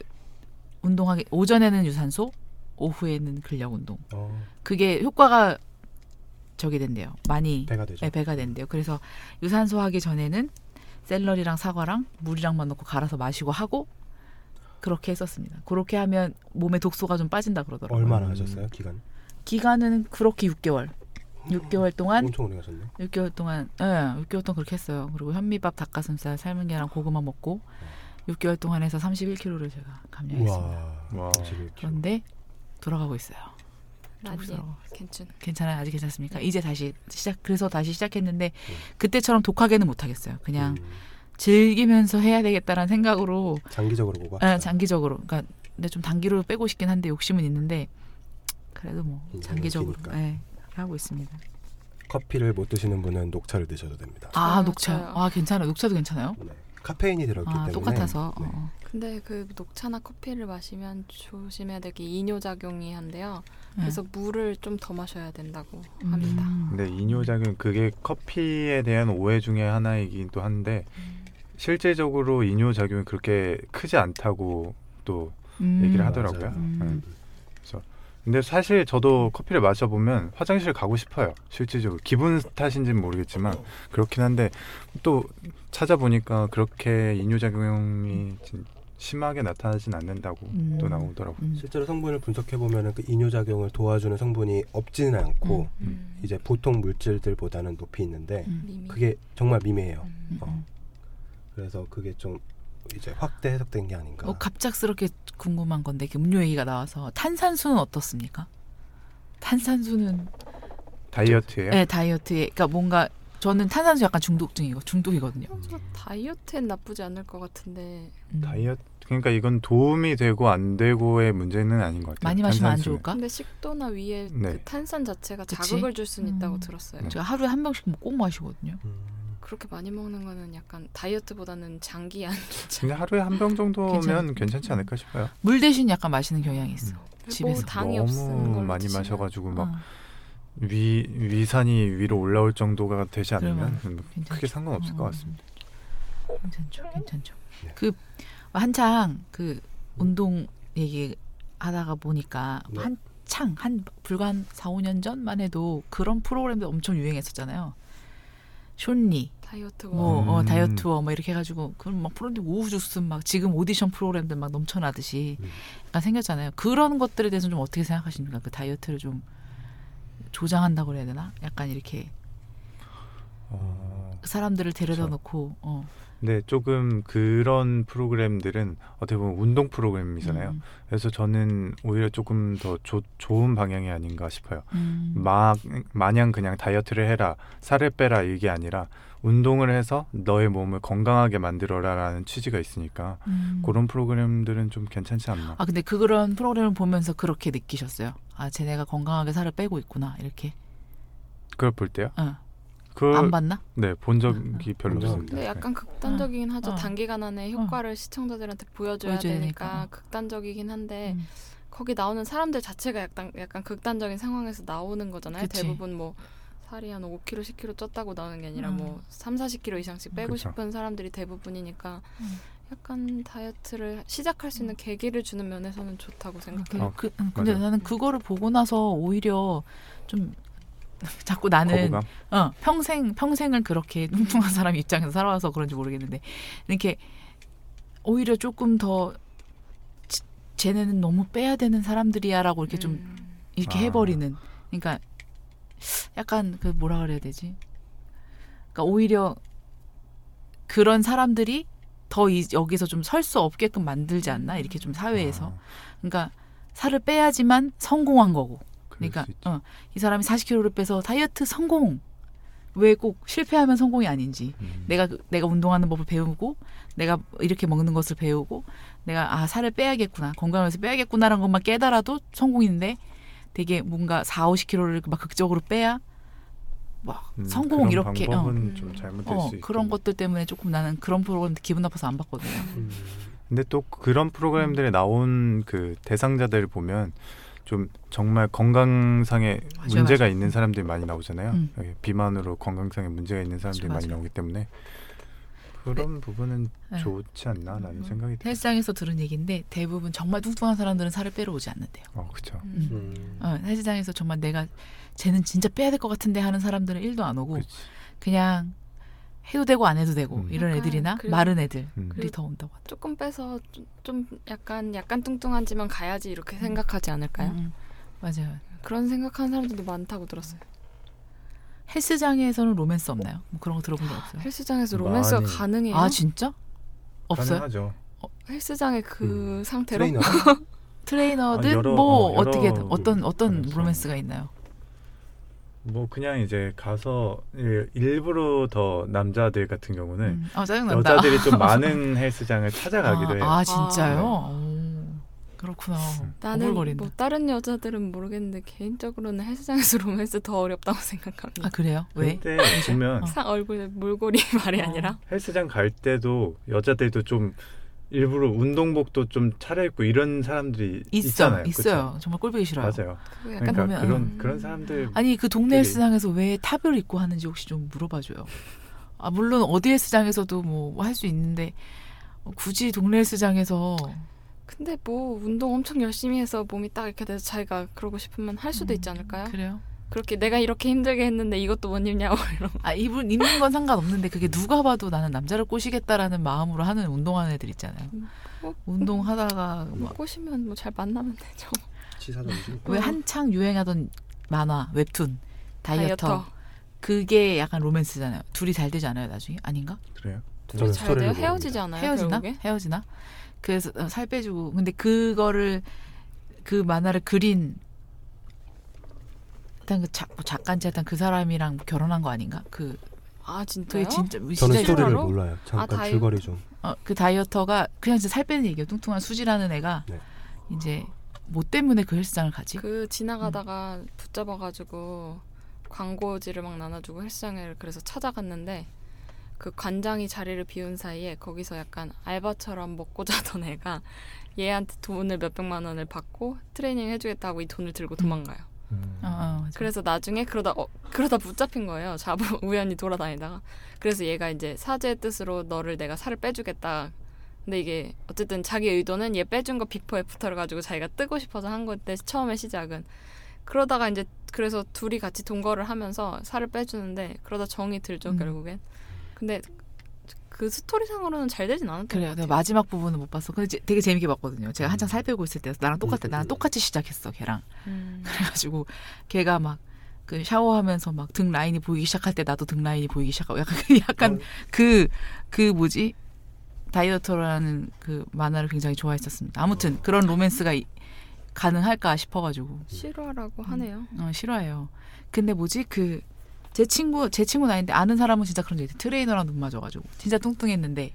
운동하기 오전에는 유산소, 오후에는 근력 운동. 어, 그게 효과가 저게 된대요. 많이 배가 되죠. 네, 배가 된대요. 그래서 유산소 하기 전에는 샐러리랑 사과랑 물이랑만 넣고 갈아서 마시고 하고 그렇게 했었습니다. 그렇게 하면 몸에 독소가 좀 빠진다 그러더라고요. 얼마나 음. 하셨어요? 기간? 기간은 그렇게 6개월. 6개월 동안 엄청 음. 오래 가셨네. 6개월 동안 예, 6개월 동안 그렇게 했어요. 그리고 현미밥, 닭가슴살, 삶은 계란, 고구마 먹고 6개월 동안 해서 31kg를 제가 감량했습니다. 와. 네, 그런데 돌아가고 있어요. 조금씩 아니 네. 돌아가고 있어요. 괜찮. 괜찮아요. 아직 괜찮습니까? 이제 다시 시작 그래서 다시 시작했는데 네. 그때처럼 독하게는 못 하겠어요. 그냥 즐기면서 해야 되겠다라는 생각으로 음, 장기적으로 보고. 아, 합시다. 장기적으로 그러니까 근데 좀 단기로 빼고 싶긴 한데 욕심은 있는데 그래도 뭐 인생은 장기적으로 기니까. 예, 하고 있습니다. 커피를 못 드시는 분은 녹차를 드셔도 됩니다. 아 저요, 녹차. 저요. 아 괜찮아요. 녹차도 괜찮아요. 네. 카페인이 들어있기 아 때문에 똑같아서. 네. 어. 근데 그 녹차나 커피를 마시면 조심해야 될 게 이뇨 작용이 한대요. 그래서 물을 좀 더 마셔야 된다고 합니다. 네. 음. 근데 이뇨작용 그게 커피에 대한 오해 중에 하나이긴 또 한데 실제적으로 이뇨작용이 그렇게 크지 않다고 또 음. 얘기를 하더라고요. 맞아요. 음. 네. 그래서 근데 사실 저도 커피를 마셔보면 화장실 가고 싶어요. 실질적으로 기분 탓인지는 모르겠지만 그렇긴 한데 또 찾아보니까 그렇게 이뇨작용이 진- 심하게 나타나진 않는다고 음. 또 나오더라고요. 음. 실제로 성분을 분석해 보면은 그 이뇨 작용을 도와주는 성분이 없지는 않고 음. 이제 보통 물질들보다는 높이 있는데 음. 그러니까. 미미. 그게 정말 미미해요. 음. 어. 그래서 그게 좀 이제 확대 해석된 게 아닌가. 어, 갑작스럽게 궁금한 건데 이렇게 음료 얘기가 나와서 탄산수는 어떻습니까? 탄산수는 다이어트예요? 네, 다이어트에 그러니까 뭔가 저는 탄산수 약간 중독증이고 중독이거든요. 탄산수가 다이어트엔 나쁘지 않을 것 같은데 음. 다이어트 그러니까 이건 도움이 되고 안 되고의 문제는 아닌 것 같아요. 많이 마시면 안 탄산수는. 좋을까? 근데 식도나 위에 네. 그 탄산 자체가 그치? 자극을 줄 수는 음. 있다고 들었어요. 네. 제가 하루에 한 병씩 뭐 꼭 마시거든요. 음. 그렇게 많이 먹는 거는 약간 다이어트보다는 장기 안 근데 하루에 한 병 괜찮- 정도면 괜찮지 않을까 싶어요. 물 대신 약간 마시는 경향이 있어. 집에서. 뭐 당이 없는 너무 걸 많이 마셔가지고 음, 뭐. 어, 막 위, 위산이 위로 올라올 정도가 되지 않으면 뭐 괜찮죠. 크게 상관없을 것 어. 같습니다. 괜찮죠, 괜찮죠. 네. 음. 그 한창 그 운동 얘기 하다가 보니까 네. 한창 한 불과 한 4, 5년 전만 해도 그런 프로그램도 엄청 유행했었잖아요. 쇼니 다이어트 뭐 음. 어, 다이어트워 뭐 이렇게 해가지고 그런 막 프로그램 오후 주스 막 지금 오디션 프로그램들 막 넘쳐나듯이 음. 약간 생겼잖아요. 그런 것들에 대해서 좀 어떻게 생각하십니까? 그 다이어트를 좀 조장한다고 해야 되나? 약간 이렇게 어, 사람들을 데려다 그쵸. 놓고 어. 근데 조금 그런 프로그램들은 어떻게 보면 운동 프로그램이잖아요. 음, 그래서 저는 오히려 조금 더 조, 좋은 방향이 아닌가 싶어요. 음. 막 마냥 그냥 다이어트를 해라 살을 빼라 이게 아니라 운동을 해서 너의 몸을 건강하게 만들어라라는 취지가 있으니까 음. 그런 프로그램들은 좀 괜찮지 않나 아 근데 그 그런 프로그램을 보면서 그렇게 느끼셨어요. 아 쟤네가 건강하게 살을 빼고 있구나 이렇게. 그걸 볼 때요 어. 안 그걸 봤나? 네본 적이 음. 별로 없습니다 네. 근데 약간 극단적이긴 하죠. 어. 단기간 안에 효과를 시청자들한테 보여줘야 보여줘야 되니까 되니까. 극단적이긴 한데 음. 거기 나오는 사람들 자체가 약간 약간 극단적인 상황에서 나오는 거잖아요. 그치. 대부분 뭐 살이 한 5kg, 10kg 쪘다고 나오는 게 아니라 음. 뭐 3, 40kg 이상씩 빼고 그쵸. 싶은 사람들이 대부분이니까 음. 약간 다이어트를 시작할 수 있는 계기를 주는 면에서는 좋다고 그, 생각해요. 어, 그, 음, 근데 맞아요. 나는 그거를 보고 나서 오히려 좀 자꾸 나는 거부감 어, 평생 평생을 그렇게 뚱뚱한 사람 입장에서 살아와서 그런지 모르겠는데 이렇게 오히려 조금 더 지- 쟤네는 너무 빼야 되는 사람들이야라고 이렇게 좀 음. 이렇게 아. 해버리는 그러니까 약간 그 뭐라 그래야 되지? 그러니까 오히려 그런 사람들이 더 이, 여기서 좀 설 수 없게끔 만들지 않나 이렇게 좀 사회에서 그러니까 살을 빼야지만 성공한 거고 아, 그럴 그러니까 수 있죠. 어, 이 사람이 40kg를 빼서 다이어트 성공. 왜 꼭 실패하면 성공이 아닌지. 음. 내가 그- 내가 운동하는 법을 배우고 내가 이렇게 먹는 것을 배우고 내가 아 살을 빼야겠구나 건강을 위해서 빼야겠구나라는 것만 깨달아도 성공인데 되게 뭔가 4, 50kg를 막 극적으로 빼야 막 음, 성공 그런 이렇게 어, 방법은 어. 좀 잘못될 어, 수 있고 그런 것들 때문에 조금 나는 그런 프로그램 기분 나빠서 안 봤거든요. 음. 근데 또 그런 프로그램들에 음. 나온 그 대상자들을 보면 좀 정말 건강상의 맞아요, 문제가 맞아요. 있는 사람들이 많이 나오잖아요. 음. 예, 비만으로 건강상의 문제가 있는 사람들이 맞아요, 많이 맞아요. 나오기 때문에 그런 부분은 네. 좋지 않나라는 음. 생각이 들어요. 헬스장에서 들은 얘기인데 대부분 정말 뚱뚱한 사람들은 살을 빼러 오지 않는데요. 어, 그렇죠. 음. 음. 어, 헬스장에서 정말 내가 쟤는 진짜 빼야 될 것 같은데 하는 사람들은 1도 안 오고 그렇지. 그냥 해도 되고 안 해도 되고 음. 이런 약간 애들이나 그리고- 마른 애들이 음. 그리고- 더 온다고 하더라고요. 조금 빼서 좀, 좀 약간 약간 뚱뚱하지만 가야지 이렇게 생각하지 않을까요? 음. 맞아요. 그런 생각하는 사람들도 많다고 들었어요. 헬스장에서는 로맨스 없나요? 뭐 그런 거 들어본 적 없어요. 아, 헬스장에서 로맨스가 많이. 가능해요? 아 진짜? 없어요? 가능하죠. 헬스장의 그 음. 상태로 트레이너 트레이너든 아, 여러- 뭐 어, 여러 어떻게든 어떤 어떤 가능성. 로맨스가 있나요? 뭐 그냥 이제 가서 일- 일부러 더 남자들 같은 경우는 음. 아 짜증난다. 네. 여자들이 좀 많은 헬스장을 찾아가기도 해요. 네. 음. 아, 아 진짜요? 오, 그렇구나. 나는 오글거린다. 뭐 다른 여자들은 모르겠는데 개인적으로는 헬스장에서 로맨스 더 어렵다고 생각합니다. 아 그래요? 왜? 그때 보면 어. 상 얼굴에 물고리 말이 어. 아니라 헬스장 갈 때도 여자들도 좀 일부러 운동복도 좀 차려입고 이런 사람들이 있어, 있잖아요. 있어요. 정말 꼴보기 싫어요. 그쵸? 맞아요. 그게 약간 그러니까 보면- 음. 음. 그런 그런 사람들 아니 그 동네 되게- 헬스장에서 왜 탑을 입고 하는지 혹시 좀 물어봐줘요. 아 물론 어디 헬스장에서도 뭐 할 수 있는데 어, 굳이 동네 헬스장에서 근데 뭐 운동 엄청 열심히 해서 몸이 딱 이렇게 돼서 자기가 그러고 싶으면 할 수도 있지 않을까요? 음, 그래요? 그렇게 내가 이렇게 힘들게 했는데 이것도 못 입냐고 이런 아 입은 입는 건 상관없는데 그게 누가 봐도 나는 남자를 꼬시겠다라는 마음으로 하는 운동하는 애들 있잖아요. 어? 운동하다가 뭐 꼬시면 뭐 잘 만나면 되죠. 치사정신 음. 왜 한창 유행하던 만화 웹툰 다이어터, 다이어터. 그게 약간 로맨스잖아요. 둘이 잘 되지 않아요 나중에 아닌가? 그래요. 둘이 잘 돼요? 헤어지지 않아요? 헤어지나? 결국에? 헤어지나? 그래서 어, 살 빼주고 근데 그거를 그 만화를 그린 일단 그 작, 뭐 작가인지 일단 그 사람이랑 결혼한 거 아닌가? 그 아 진짜요? 그게 진짜 저는 진짜 스토리를 실화로? 아, 몰라요. 잠깐 다이어트. 줄거리 좀. 어, 그 다이어터가 그냥 진짜 살 빼는 얘기예요. 뚱뚱한 수지라는 애가 네. 이제 뭐 때문에 그 헬스장을 가지? 음. 그 지나가다가 붙잡아가지고 광고지를 막 나눠주고 헬스장을 그래서 찾아갔는데 그 관장이 자리를 비운 사이에 거기서 약간 알바처럼 먹고 자던 애가 얘한테 돈을 몇 백만 원을 받고 트레이닝 해주겠다고 이 돈을 들고 도망가요. 음. 어, 어, 맞아. 그래서 나중에 그러다 어, 그러다 붙잡힌 거예요. 잡으 우연히 돌아다니다가 그래서 얘가 이제 사죄의 뜻으로 너를 내가 살을 빼주겠다. 근데 이게 어쨌든 자기 의도는 얘 빼준 거 비포 애프터를 가지고 자기가 뜨고 싶어서 한 건데 처음에 시작은 그러다가 이제 그래서 둘이 같이 동거를 하면서 살을 빼주는데 그러다 정이 들죠 음. 결국엔. 근데 그 스토리상으로는 잘 되진 않았던 그래요. 것 내가 같아요. 마지막 부분은 못 봤어. 근데 제- 되게 재밌게 봤거든요. 제가 한창 살 빼고 있을 때여서 나랑 똑같아. 나랑 똑같이 시작했어, 걔랑. 음. 그래가지고 걔가 막 그 샤워하면서 막 등 라인이 보이기 시작할 때 나도 등 라인이 보이기 시작하고 약간 약간 그 그 뭐지 다이어터라는 그 만화를 굉장히 좋아했었습니다. 아무튼 그런 로맨스가 이- 가능할까 싶어가지고 실화라고 하네요. 어, 싫어해요. 근데 뭐지 그 제 친구 제 친구 나인데 아는 사람은 진짜 그런 적 있대. 트레이너랑 눈 맞아가지고 진짜 뚱뚱했는데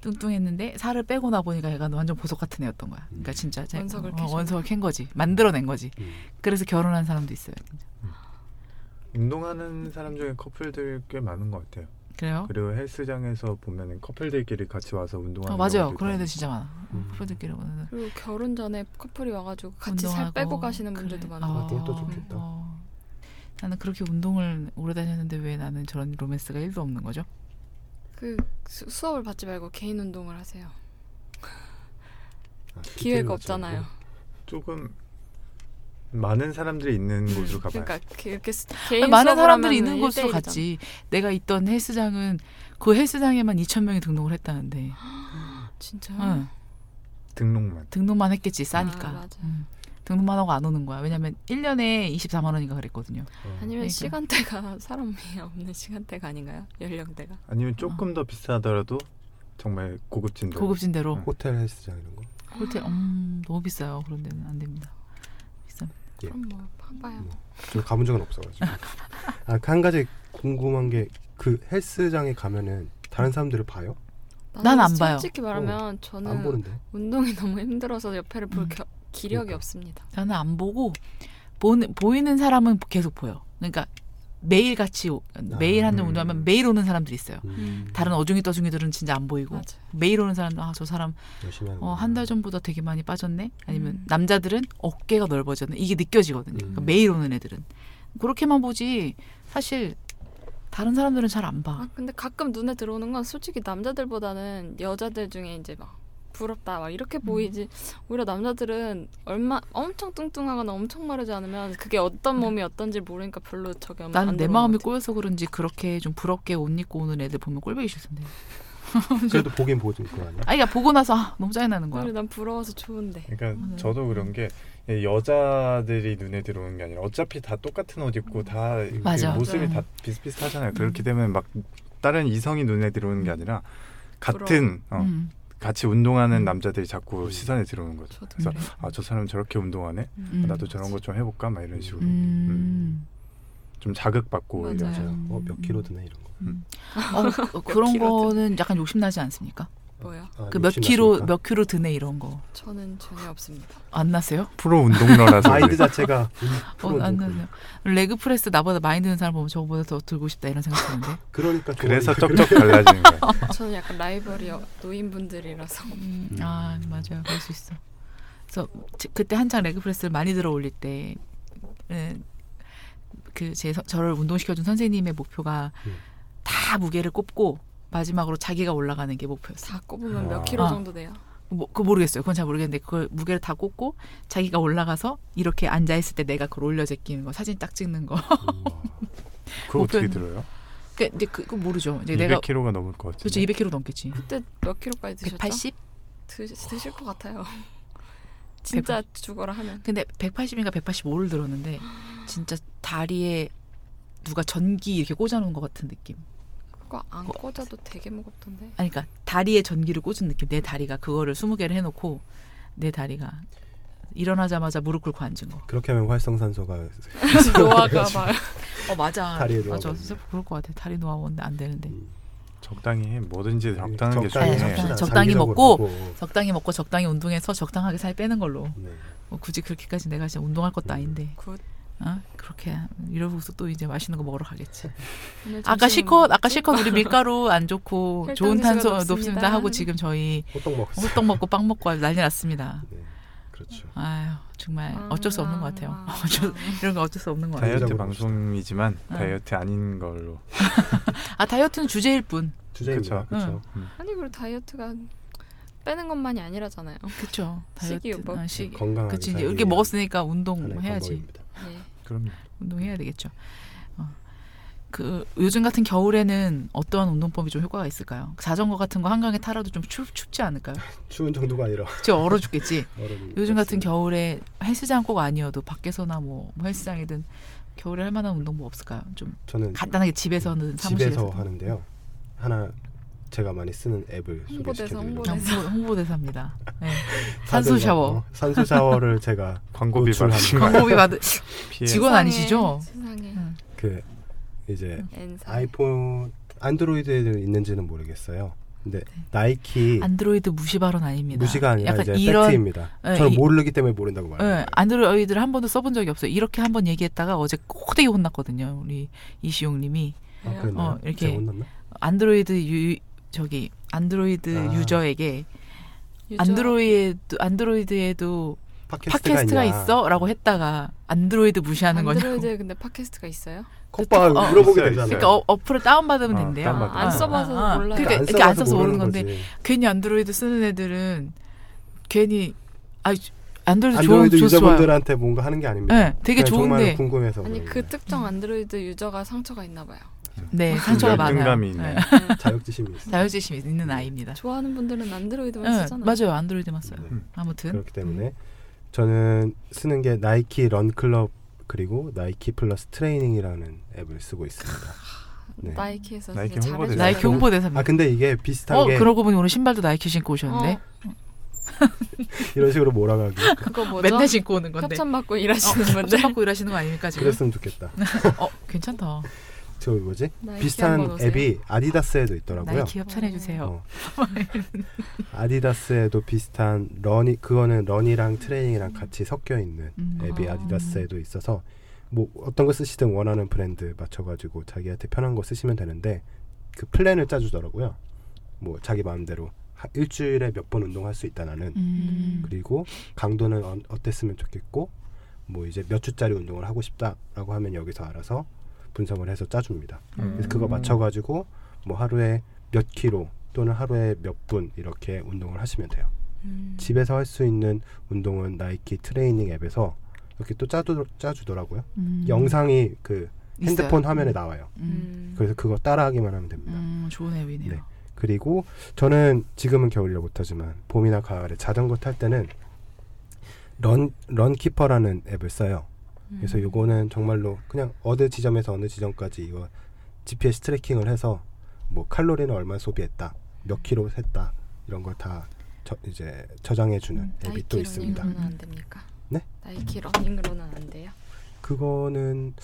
뚱뚱했는데 살을 빼고 나 보니까 얘가 완전 보석 같은 애였던 거야. 그러니까 진짜 제- 음. 원석을 어, 캐셨네. 원석을 캔 거지, 만들어낸 거지. 음. 그래서 결혼한 사람도 있어요. 운동하는 사람 중에 커플들 꽤 많은 것 같아요. 그래요? 그리고 헬스장에서 보면은 커플들끼리 같이 와서 운동하는 어, 맞아요. 경우도 그런 애들 있고. 진짜 많아. 음. 프로들끼리 오는. 그리고 결혼 전에 커플이 와가지고 같이 살 빼고 가시는 분들도 많고 아, 그것도 좋겠다. 어. 나는 그렇게 운동을 오래 다녔는데 왜 나는 저런 로맨스가 1도 없는 거죠? 그 수, 수업을 받지 말고 개인 운동을 하세요. 아, 디테일 기회가 같지 않고. 없잖아요. 조금 많은 사람들이 있는 음, 곳으로 가봐요. 그러니까 그- 이렇게 스- 개인 아니, 음. 많은 수업을 사람들이 하면은 있는 곳으로 1대1 이잖아. 갔지. 내가 있던 헬스장은 그 헬스장에만 2천 명이 등록을 했다는데 진짜요? 응, 등록만. 등록만 했겠지 싸니까. 아, 맞아. 응. 등록만 하고 안 오는 거야. 왜냐면 1년에 24만 원인가 그랬거든요. 어. 그러니까. 아니면 시간대가 사람이 없는 시간대가 아닌가요? 음. 연령대가. 아니면 조금 더 비싸더라도 정말 고급진 데 고급진 대로. 네. 응. 호텔 헬스장 이런 거. 그때 음, 너무 비싸요. 그런 데는 안 됩니다. 비싸. 그럼 뭐 음. 봐봐요. 저 가본 적은 없어가지고. 아한 가지 궁금한 게 그 헬스장에 가면은 다른 사람들을 봐요? 난안 봐요. 솔직히 말하면 어, 안 저는 보는데. 운동이 너무 힘들어서 옆에를 볼 음. 겨- 기력이 그러니까. 없습니다. 나는 안 보고 보는 보이는 사람은 계속 보여. 그러니까 매일 같이 오- 매일 하는 음. 운동하면 매일 오는 사람들이 있어요. 음. 다른 어중이 떠중이들은 진짜 안 보이고 맞아. 매일 오는 사람들 아저 사람 열심히 하는. 어, 한 달 전보다 되게 많이 빠졌네. 아니면 음. 남자들은 어깨가 넓어졌네. 이게 느껴지거든요. 그러니까 음. 매일 오는 애들은 그렇게만 보지 사실 다른 사람들은 잘 안 봐. 아 근데 가끔 눈에 들어오는 건 솔직히 남자들보다는 여자들 중에 이제 막 부럽다 막 이렇게 음. 보이지 오히려 남자들은 얼마 엄청 뚱뚱하거나 엄청 마르지 않으면 그게 어떤 몸이 어떤지 모르니까 별로 아, 저게 안- 나는 안 내 들어오는 마음이 것 같아. 꼬여서 그런지 그렇게 좀 부럽게 옷 입고 오는 애들 보면 꼴보기 싫던데. 그래도 보긴 보지 그거 아니야? 아니, 야 보고 나서 아, 너무 짜증 나는 거야. 근데 난 부러워서 좋은데. 그러니까 음. 저도 그런 게 예, 여자들이 눈에 들어오는 게 아니라 어차피 다 똑같은 옷 입고 다 이렇게 맞아. 모습이 맞아. 다 비슷비슷하잖아요. 그렇기 때문에 막 다른 이성이 눈에 들어오는 게 아니라 같은 어, 음, 같이 운동하는 음. 남자들이 자꾸 음. 시선에 들어오는 거죠. 저도 그래서 그래요. 아 저 사람 저렇게 운동하네. 어. 음. 나도 저런 거 좀 해볼까? 막 이런 식으로 음. 좀 자극받고 이런. 맞아요. 음. 어몇 킬로 드네 이런 거. 음. 어, 어, 그런 키로 거는 약간 욕심 나지 않습니까? 뭐야? 아, 그 몇 욕심 킬로 났으니까. 몇 킬로 드네 이런 거 안 저는 전혀 없습니다. 나세요? 프로 운동러라서 마인드 그래요. 자체가 음, 어, 안 프로는 나세요? 레그 프레스 나보다 많이 드는 사람 보면 저보다 더 들고 싶다 이런 생각 드는데. 그러니까 좋아. 그래서 쪽쪽 갈라지는 거예요. 아. 저는 약간 라이벌이 어- 노인분들이라서 음, 음. 아 맞아요 그럴 수 있어 그래서 제- 그때 한창 레그프레스를 많이 들어 올릴 예, 때그제 저를 운동시켜준 선생님의 목표가 음. 다 무게를 꼽고 마지막으로 자기가 올라가는 게 목표였어 다 꼽으면 아. 몇 킬로 아. 정도 돼요? 뭐, 그거 모르겠어요 그건 잘 모르겠는데 그걸 무게를 다 꼽고 자기가 올라가서 이렇게 앉아있을 때 내가 그걸 올려 제끼는 거 사진 딱 찍는 거 그거 어떻게 목표는- 들어요? 그 이제 그, 그거 모르죠 이제 내가 200kg가 넘을 것 같은데. 그렇죠 200kg 넘겠지 그때 몇 킬로까지 드셨죠? 180? 드, 드실 것 같아요. 진짜 죽어라 하면 근데 180인가 185를 들었는데 진짜 다리에 누가 전기 이렇게 꽂아놓은 것 같은 느낌. 그거 어. 안 꽂아도 되게 무겁던데. 아니 그러니까 다리에 전기를 꽂은 느낌. 내 다리가 그거를 20개를 해놓고 내 다리가 일어나자마자 무릎 꿇고 앉은 거. 그렇게 하면 활성산소가 아, 노화가 막 어 맞아. 다리에 맞아. 놓아버리네. 진짜 그럴 것 같아. 다리 놓아오는데 안 되는데. 음. 적당히 해. 뭐든지 적당한 네, 게 적당히 중요해. 네, 적당히. 섭취나 적당히 장기적으로 먹고. 보고. 적당히 먹고 적당히 운동해서 적당하게 살 빼는 걸로. 네. 뭐 굳이 그렇게까지 내가 진짜 운동할 것도 아닌데. 굿. 어? 그렇게 이러고서 또 이제 맛있는 거 먹으러 가겠지. 오늘 아까 점심은 실컷 아까 뭐지? 실컷 우리 밀가루 안 좋고 좋은 네, 혈당 탄소 지수가 높습니다. 높습니다. 하고 지금 저희 호떡 먹었어요. 호떡 먹고 빵 먹고 아주 난리 났습니다. 네. 어? 그렇죠. 아유 정말 네, 어쩔 수 없는 것 같아요. 어쩔- 이런 거 어쩔 수 없는 것 같아요. 다이어트 자연적으로 방송이지만 어. 다이어트 아닌 걸로. 아 다이어트는 주제일 뿐. 주제입니다. 그쵸. 그렇죠. 아니 그리고 다이어트가 빼는 것만이 아니라잖아요. 그쵸. 다이어트 식이요법. 아, 식. 건강하게 그치 살기 이제 이렇게 위한 뭐 먹었으니까 운동 하나의 해야지. 방법입니다. 네. 그럼요. 운동해야 되겠죠. 어. 그 요즘 같은 겨울에는 어떠한 운동법이 좀 효과가 있을까요? 자전거 같은 거 한강에 타라도 좀 춥, 춥지 않을까요? 추운 정도가 아니라 진짜 얼어 죽겠지. 얼음이 요즘 같은 있어요. 겨울에 겨울에 헬스장 꼭 아니어도 밖에서나 뭐, 뭐 헬스장이든 겨울에 할 만한 운동 뭐 없을까요? 좀 저는 간단하게 집에서는 집에서 사무실에서 하는데요. 하나 제가 많이 쓰는 앱을 홍보대사, 소개시켜드리려고 홍보대사. 홍보, 홍보대사입니다. 네. 산소 샤워. 어, 산소 샤워를 제가 광고비 노출하는 받으신 거 광고비 받은 피해. 직원- 이건 아니시죠? 세상에. 음. 그 이제 엔사. 아이폰 안드로이드에는 있는지는 모르겠어요. 근데 네. 나이키 안드로이드 무시 발언 아닙니다. 예. 무시가 아니라 이제 팩트입니다. 네, 저는 이- 모르기 때문에 모른다고 말해요. 예, 안드로이드를 한 번도 써본 적이 없어요. 이렇게 한 번 얘기했다가 어제 코되게 혼났거든요. 우리 이시용님이 아, 그랬나요? 어, 이렇게. 제가 혼났나? 안드로이드 유 저기 안드로이드 아. 유저에게 네. 유저- 안드로이드 안드로이드에도 팟캐스트가, 팟캐스트가 있냐. 있어라고 했다가 안드로이드 무시하는 거냐고. 안드로이드에 근데 팟캐스트가 있어요? 컵밥 어. 물어보게 되잖아요. 있어요, 있어요. 그러니까 어, 어플을 다운받으면 아, 된대요. 다운받- 안 써봐서 몰라요. 그러니까 안 이렇게 안 써봐서 써서 모르는 모르는 건데 거지. 괜히 안드로이드 쓰는 애들은 괜히 아 안드로이드, 좋은 안드로이드 좋- 좋아요. 유저분들한테 뭔가 하는 게 아닙니다. 네, 되게 그냥 좋은데 정말 궁금해서 아니 그런 그 거예요. 특정 안드로이드 유저가 상처가 있나 봐요. 네 상처가 많아요. 열등감이 있네. 네, 자격지심이 있어요. 자유지심이 있는 아이입니다. 좋아하는 분들은 안드로이드만 네, 쓰잖아요. 맞아요 안드로이드만 음. 써요. 네, 아무튼 그렇기 때문에 저는 쓰는 게 나이키 런클럽 그리고 나이키 플러스 트레이닝이라는 앱을 쓰고 있습니다. 네. 나이키에서 나이키 진짜 홍보대사. 잘해줘요. 나이키 아 홍보대사입니다. 근데 이게 비슷한 어 게 그러고 보니 오늘 신발도 나이키 신고 오셨는데 어, 이런 식으로 몰아가기 그거 뭐죠? 맨날 신고 오는 건데 어, 협찬 받고 어, 일하시는 분들. 협찬 받고 일하시는 거 아닙니까 지금? 그랬으면 좋겠다. 어 괜찮다. 저 뭐지? 네. 나이키 한번 비슷한 오세요. 앱이 아디다스에도 있더라고요. 나이키 협찬해 주세요. 어. 아디다스에도 비슷한 러니 그거는 러니랑 트레이닝이랑 같이 섞여 있는 음. 앱이 아. 아디다스에도 있어서 뭐 어떤 거 쓰시든 원하는 브랜드 맞춰가지고 자기한테 편한 거 쓰시면 되는데 그 플랜을 짜주더라고요. 뭐 자기 마음대로 하- 일주일에 몇 번 운동할 수 있다 나는 음. 그리고 강도는 어, 어땠으면 좋겠고 뭐 이제 몇 주짜리 운동을 하고 싶다라고 하면 여기서 알아서 분석을 해서 짜줍니다. 음. 그래서 그거 맞춰가지고 뭐 하루에 몇 키로 또는 하루에 몇 분 이렇게 운동을 하시면 돼요. 음. 집에서 할 수 있는 운동은 나이키 트레이닝 앱에서 이렇게 또 짜두, 짜주더라고요. 음. 영상이 그 있어요. 핸드폰 화면에 나와요. 음. 음. 그래서 그거 따라하기만 하면 됩니다. 음, 좋은 앱이네요. 네. 그리고 저는 지금은 겨울이라 못하지만 봄이나 가을에 자전거 탈 때는 런 런키퍼라는 앱을 써요. 음. 그래서 요거는 정말로 그냥 어느 지점에서 어느 지점까지 이거 GPS 트래킹을 해서 뭐 칼로리는 얼마 소비했다, 몇 킬로 샜다 이런 걸 다 이제 저장해 주는 앱이 또 네, 있습니다. 이거는 음, 나이키로는 안 안 됩니까? 네? 나이키 러닝으로는 안 돼요. 그거는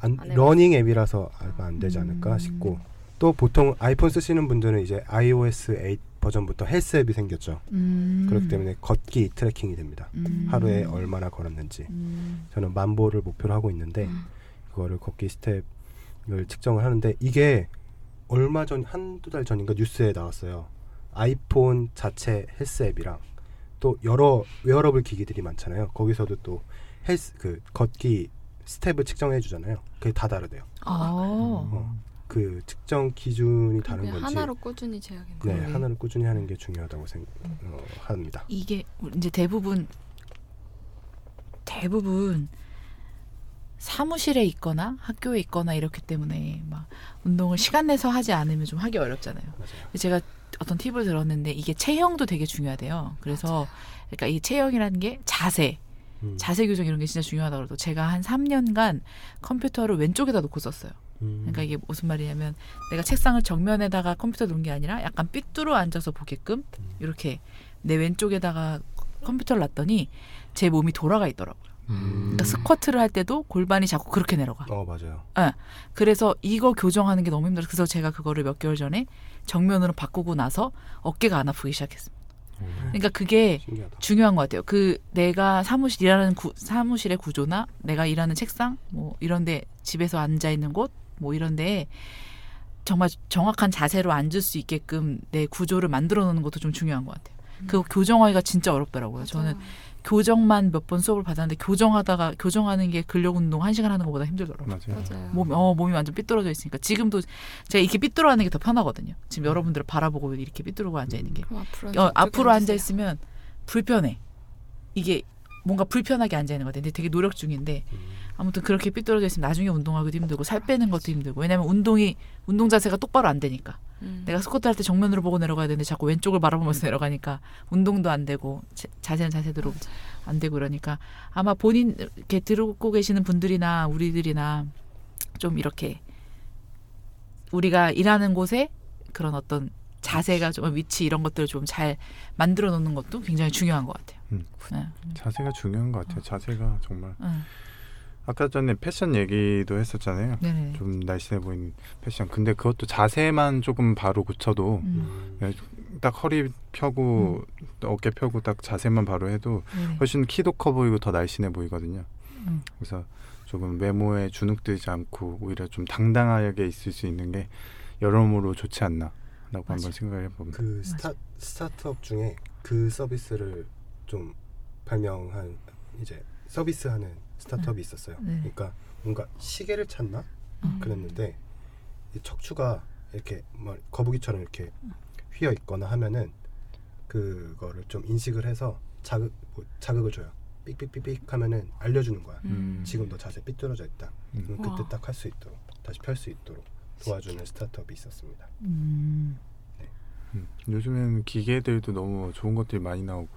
안, 안 해봤어요. 러닝 앱이라서 아마 안 되지 않을까 음. 싶고 또 보통 아이폰 쓰시는 분들은 이제 iOS 8 버전부터 헬스 앱이 생겼죠. 음. 그렇기 때문에 걷기 트래킹이 됩니다. 음. 하루에 얼마나 걸었는지 음. 저는 만보를 목표로 하고 있는데 음. 그거를 걷기 스텝을 측정을 하는데 이게 얼마 전 한두 달 전인가 뉴스에 나왔어요. 아이폰 자체 헬스 앱이랑 또 여러 웨어러블 기기들이 많잖아요. 거기서도 또 헬스 그 걷기 스텝을 측정해 주잖아요. 그게 다 다르대요. 음. 아. 그 측정 기준이 다른 그냥 건지 하나로 꾸준히 재야겠네요. 네, 음. 하나를 꾸준히 하는 게 중요하다고 어, 생각합니다. 이게 이제 대부분 대부분 사무실에 있거나 학교에 있거나 이렇기 때문에 막 운동을 시간 내서 하지 않으면 좀 하기 어렵잖아요. 맞아요. 제가 어떤 팁을 들었는데 이게 체형도 되게 중요하대요. 그래서 그러니까 이 체형이라는 게 자세, 음. 자세 교정 이런 게 진짜 중요하다고 그러고 제가 한 3년간 컴퓨터를 왼쪽에다 놓고 썼어요. 음. 그러니까 이게 무슨 말이냐면 내가 책상을 정면에다가 컴퓨터 놓은 게 아니라 약간 삐뚤어 앉아서 보게끔 음. 이렇게 내 왼쪽에다가 컴퓨터를 놨더니 제 몸이 돌아가 있더라고요. 음. 그러니까 스쿼트를 할 때도 골반이 자꾸 그렇게 내려가. 어 맞아요. 그래서 이거 교정하는 게 너무 힘들어서 그래서 제가 그거를 몇 개월 전에 정면으로 바꾸고 나서 어깨가 안 아프기 시작했습니다. 그러니까 그게 신기하다. 중요한 것 같아요. 그 내가 사무실 일하는 구, 사무실의 구조나 내가 일하는 책상 뭐 이런데 집에서 앉아 있는 곳 뭐 이런데 정말 정확한 자세로 앉을 수 있게끔 내 구조를 만들어 놓는 것도 좀 중요한 것 같아요. 그거 교정하기가 진짜 어렵더라고요. 저는 교정만 몇 번 수업을 받았는데 교정하다가 교정하는 게 근력 운동 한 시간 하는 것보다 힘들더라고요. 네. 맞아요. 맞아요. 몸이 어 몸이 완전 삐뚤어져 있으니까 지금도 제가 이렇게 삐뚤어 하는 게 더 편하거든요. 지금 여러분들을 바라보고 이렇게 삐뚤고 앉아 있는 게 그럼 앞으로 어, 앞으로 앉아 있으면 불편해. 이게 뭔가 불편하게 앉아 있는 것 같아. 근데 되게 노력 중인데 음. 아무튼 그렇게 삐뚤어져 있으면 나중에 운동하기도 힘들고 살 빼는 것도 힘들고 왜냐면 운동이 운동 자세가 똑바로 안 되니까 음. 내가 스쿼트 할 때 정면으로 보고 내려가야 되는데 자꾸 왼쪽을 바라보면서 내려가니까 운동도 안 되고 자- 자세는 자세대로 안 되고 그러니까 아마 본인 이렇게 들고 계시는 분들이나 우리들이나 좀 이렇게 우리가 일하는 곳에 그런 어떤 자세가 좀 위치 이런 것들을 좀 잘 만들어 놓는 것도 굉장히 중요한 것 같아요. 음. 네. 음. 자세가 중요한 것 같아요. 자세가 정말 응. 아까 전에 패션 얘기도 했었잖아요. 네네. 좀 날씬해 보이는 패션. 근데 그것도 자세만 조금 바로 고쳐도 음. 딱 허리 펴고 또 어깨 펴고 딱 자세만 바로 해도 네네. 훨씬 키도 커 보이고 더 날씬해 보이거든요. 음. 그래서 조금 외모에 주눅들지 않고 오히려 좀 당당하게 있을 수 있는 게 여러모로 좋지 않나라고 맞아. 한번 생각을 해봅니다. 그 스타, 스타트업 중에 그 서비스를 좀 발명한 이제 서비스하는 스타트업이 있었어요. 네. 그러니까 뭔가 시계를 찾나 음. 아, 그랬는데 이 척추가 이렇게 뭐 거북이처럼 이렇게 휘어 있거나 하면은 그거를 좀 인식을 해서 자극 뭐 자극을 줘요. 삑삑삑삑 하면은 알려주는 거야. 음. 지금 너 자세 삐뚤어져 있다. 음. 그럼 그때 와. 딱 할 수 있도록 다시 펼 수 있도록 도와주는 스타트업이 있었습니다. 음. 음. 요즘에는 기계들도 너무 좋은 것들이 많이 나오고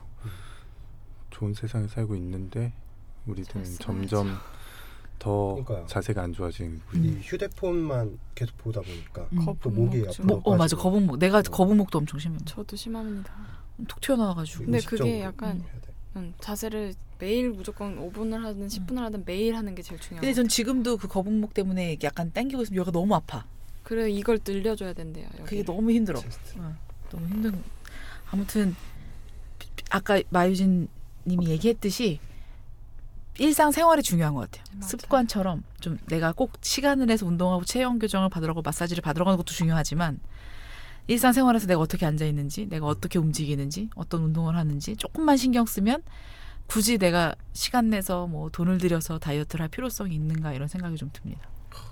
좋은 세상에 살고 있는데 우리들은 잘 써야죠. 점점 더 그러니까요. 자세가 안 좋아지는 거죠. 음. 이 휴대폰만 계속 보다 보니까 음. 또 목이 거북목 좀. 앞으로 뭐, 어 맞아 빠지고 거북목 내가 거북목도 엄청 심해 저도 심합니다. 톡 튀어나와가지고 근데 의식적으로 그게 약간 해야 돼. 음, 자세를 매일 무조건 5분을 하든 10분을 하든 매일 하는 게 제일 음. 중요해요. 근데 전 지금도 그 거북목 때문에 이게 약간 당기고 있으면 여기가 너무 아파 그래 이걸 늘려줘야 된대요. 여기를. 그게 너무 힘들어 체스트. 어, 너무 힘든 아무튼 피- 피- 아까 마유진 님이 얘기했듯이 일상생활이 중요한 것 같아요 맞아요. 습관처럼 좀 내가 꼭 시간을 내서 운동하고 체형 교정을 받으라고 마사지를 받으러 가는 것도 중요하지만 일상생활에서 내가 어떻게 앉아 있는지 내가 어떻게 움직이는지 어떤 운동을 하는지 조금만 신경 쓰면 굳이 내가 시간 내서 뭐 돈을 들여서 다이어트를 할 필요성이 있는가 이런 생각이 좀 듭니다.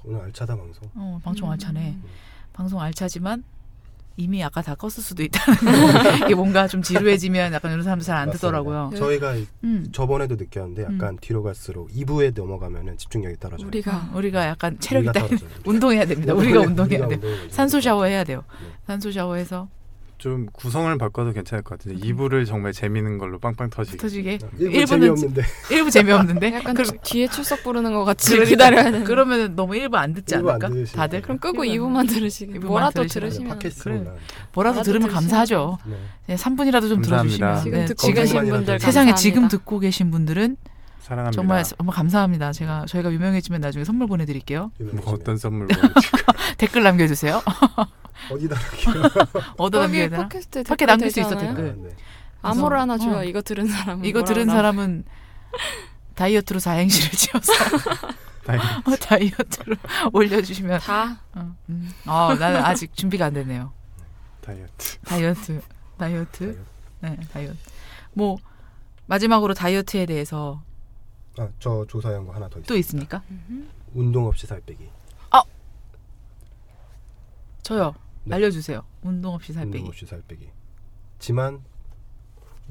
오늘 알차다 방송. 어, 방송 알차네. 음. 방송 알차지만 이미 아까 다 껐을 수도 있다는 거. 이게 뭔가 좀 지루해지면 약간 이런 사람들 잘 안 맞습니다. 듣더라고요. 저희가 이- 음. 저번에도 느꼈는데 약간 뒤로 갈수록 2부에 넘어가면은 집중력이 아, 떨어져요. 우리가 우리가 약간 체력이 우리가 딸 떨어져요. 운동해야 됩니다. 우리가 운동해야 돼. 운동을 먼저 산소 샤워 해야 돼요. 네. 산소 샤워해서 좀 구성을 바꿔도 괜찮을 것 같은데 2부를 정말 재미있는 걸로 빵빵 터지게 터지게 어, 일부 일부는 재미없는데 일부 재미없는데 약간 네? 그럼- 뒤- 뒤에 출석 부르는 것 같이 그러니까. 기다려야 되는. 그럼, 그러면 너무 일부 안 듣지 일부 안 않을까? 들으시니까. 다들 그럼 그럼 끄고 이거는- 2분만 들으시면 이분만 뭐라도 들으시면 들으시면 팟캐스트니까. 뭐라도 뭐라도 들으면 들으시면- 감사하죠. 네. 네, 3분이라도 좀 감사합니다. 들어주시면 지금 네, 듣고 계신 검색만이라도 분들 해서. 세상에 감사합니다. 지금 듣고 계신 분들은 사랑합니다. 정말 정말 감사합니다. 제가 저희가 유명해지면 나중에 선물 보내드릴게요. 뭐 유명해지면. 어떤 선물로 올지. 댓글 남겨주세요. 어디다 얻어 여기 남겨야 되나? 팟캐스트에 팟캐 댓글 남길 수 되지 있어, 않아요? 댓글. 네. 암호를 하나 줘요. 어. 이거 들은 사람은 이거 뭐라 들은 그러나? 사람은 다이어트로 사행시를 지어서 다행히 다이어트로 올려주시면 다 어, 음. 아, 나는 아직 준비가 안 되네요. 다이어트. 다이어트, 다이어트, 네, 다이어트. 뭐 마지막으로 다이어트에 대해서 아, 저 조사한 거 하나 더 있어요. 또 있습니까? 운동 없이 살 빼기. 저요. 네. 알려주세요. 운동 없이 살 운동 빼기. 없이 살 빼기. 지만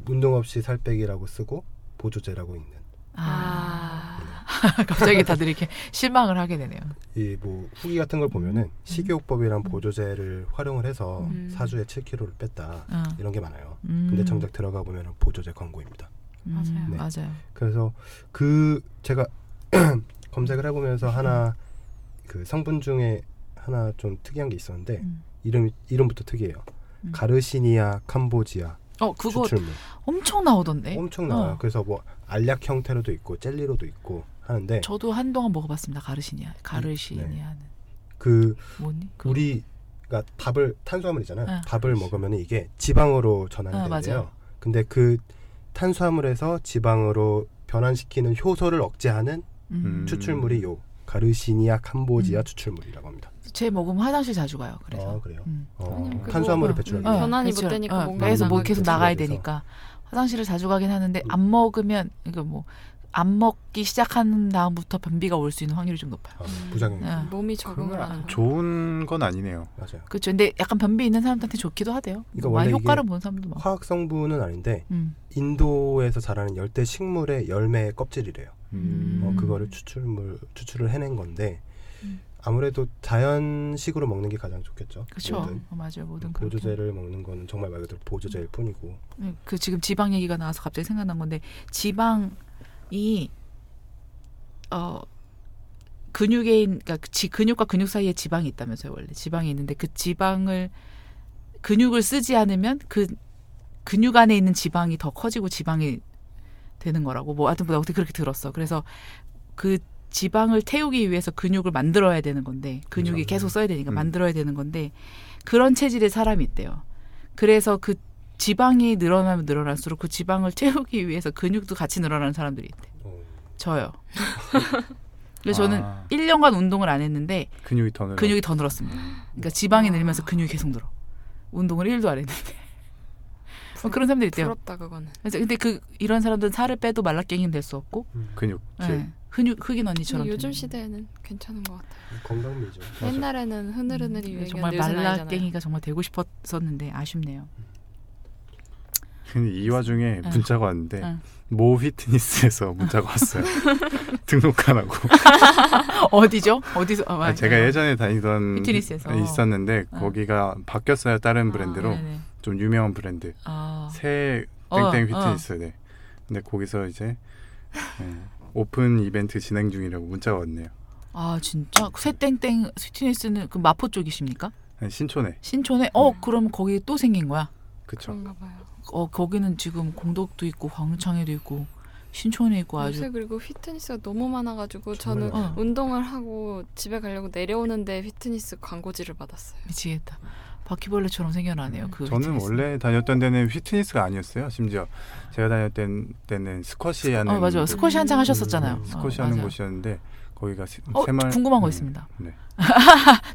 운동 없이 살 빼기라고 쓰고 보조제라고 있는 아, 아. 갑자기 다들 이렇게 실망을 하게 되네요. 이 뭐 후기 같은 걸 보면은 음. 식이요법이란 보조제를 활용을 해서 음. 사주에 7kg를 뺐다 어. 이런 게 많아요. 음. 네. 근데 정작 들어가 보면은 보조제 광고입니다. 음, 맞아요. 네. 맞아요. 그래서 그 제가 검색을 해보면서 하나 그 성분 중에 하나 좀 특이한 게 있었는데 음. 이름 이름부터 특이해요. 음. 가르시니아 캄보지아 어, 그거 추출물 엄청 나오던데. 엄청 나와요. 어. 그래서 뭐 알약 형태로도 있고 젤리로도 있고 하는데 저도 한동안 먹어봤습니다. 가르시니아, 가르시니아는 그 뭐니? 그- 우리가 밥을 탄수화물이잖아요. 아, 밥을 먹으면 이게 지방으로 전환이 아, 돼요. 맞아요. 근데 그 탄수화물에서 지방으로 변환시키는 효소를 억제하는 음. 음. 추출물이 요 가르시니아 캄보지아 음. 추출물이라고 합니다. 제 먹으면 화장실 자주 가요. 그래서. 아, 그래요? 음. 어, 아니요, 그거- 탄수화물을 어, 배출하기 음. 위해서. 변환이 못 그렇죠. 되니까 뭔가 배에서 뭐 나가게 계속 되죠. 나가야 그래서. 되니까 화장실을 자주 가긴 하는데 안 먹으면 그러니까 뭐안 먹기 시작한 다음부터 변비가 올 수 있는 확률이 좀 높아요. 어, 음. 부작용 네. 아. 몸이 적응을 그건 하는 거. 좋은 건 아니네요. 맞아요. 그렇죠. 근데 약간 변비 있는 사람들한테 좋기도 하대요. 그러니까 많이 원래 효과를 이게 보는 사람도 많고. 화학 성분은 아닌데 음. 인도에서 자라는 열대 식물의 열매의 껍질이래요. 음. 어, 음. 그거를 추출물 추출을 해낸 건데 음. 아무래도 자연식으로 먹는 게 가장 좋겠죠. 그렇죠. 뭐든. 어, 맞아요. 모든 그렇게. 보조제를 먹는 거는 정말 말 그대로 보조제일 뿐이고 네, 그 지금 지방 얘기가 나와서 갑자기 생각난 건데 지방이 어 근육에 있- 그러니까 지 근육과 근육 사이에 지방이 있다면서요 원래 지방이 있는데 그 지방을 근육을 쓰지 않으면 그 근육 안에 있는 지방이 더 커지고 지방이 되는 거라고 뭐 하여튼 뭐 어떻게 그렇게 들었어 그래서 그 지방을 태우기 위해서 근육을 만들어야 되는 건데 근육이 그렇죠. 계속 써야 되니까 음. 만들어야 되는 건데 그런 체질의 사람이 있대요 그래서 그 지방이 늘어나면 늘어날수록 그 지방을 채우기 위해서 근육도 같이 늘어나는 사람들이 있대. 어, 저요. 그래서 저는 아, 1년간 운동을 안 했는데 근육이 더 늘어. 근육이 더 늘었습니다. 그러니까 지방이 늘면서 근육이 계속 늘어. 운동을 1도 안 했는데. 뭐 그런 사람들 있대요. 부럽다 그거는. 그래서 근데 그 이런 사람들은 살을 빼도 말라깽이는 될 수 없고 근육. 예, 흔육, 흑인 언니처럼 근데 요즘 되는. 시대에는 괜찮은 것 같아요. 건강미죠. 맞아. 옛날에는 음, 흐느르느리 정말 유행이었는데 요새는 아니잖아요. 말라깽이가 정말 되고 싶었었는데 아쉽네요. 근데 이 와중에 응. 문자가 왔는데 응. 모 휘트니스에서 문자가 왔어요. 등록하라고. 어디죠? 어디서? 어, 아, 제가 예전에 다니던 휘트니스에서. 있었는데 어. 거기가 바뀌었어요. 다른 브랜드로 네네. 좀 유명한 브랜드. 아, 새 어, 땡땡 어. 휘트니스. 네. 근데 거기서 이제 예, 오픈 이벤트 진행 중이라고 문자가 왔네요. 아 진짜 쇠땡땡 스위트니스는 그 마포 쪽이십니까? 아니, 신촌에. 신촌에 네. 어 그럼 거기 또 생긴 거야? 그쵸. 그런가 봐요. 어 거기는 지금 공덕도 있고 광창에도 있고 신촌에 있고 뭐 아주 요새 그리고 휘트니스가 너무 많아가지고 정말 저는 많아요. 어. 운동을 하고 집에 가려고 내려오는데 휘트니스 광고지를 받았어요. 음, 미치겠다. 바퀴벌레처럼 생겨나네요. 그 저는 휘트니스. 원래 다녔던 데는 휘트니스가 아니었어요. 심지어 제가 다녔던 때는 스쿼시 하는 어 맞아요. 곳- 스쿼시 한창 하셨었잖아요. 음, 네, 스쿼시 어, 하는 맞아요. 곳이었는데 거기가 세, 어 새마을- 궁금한 거 네. 있습니다. 네.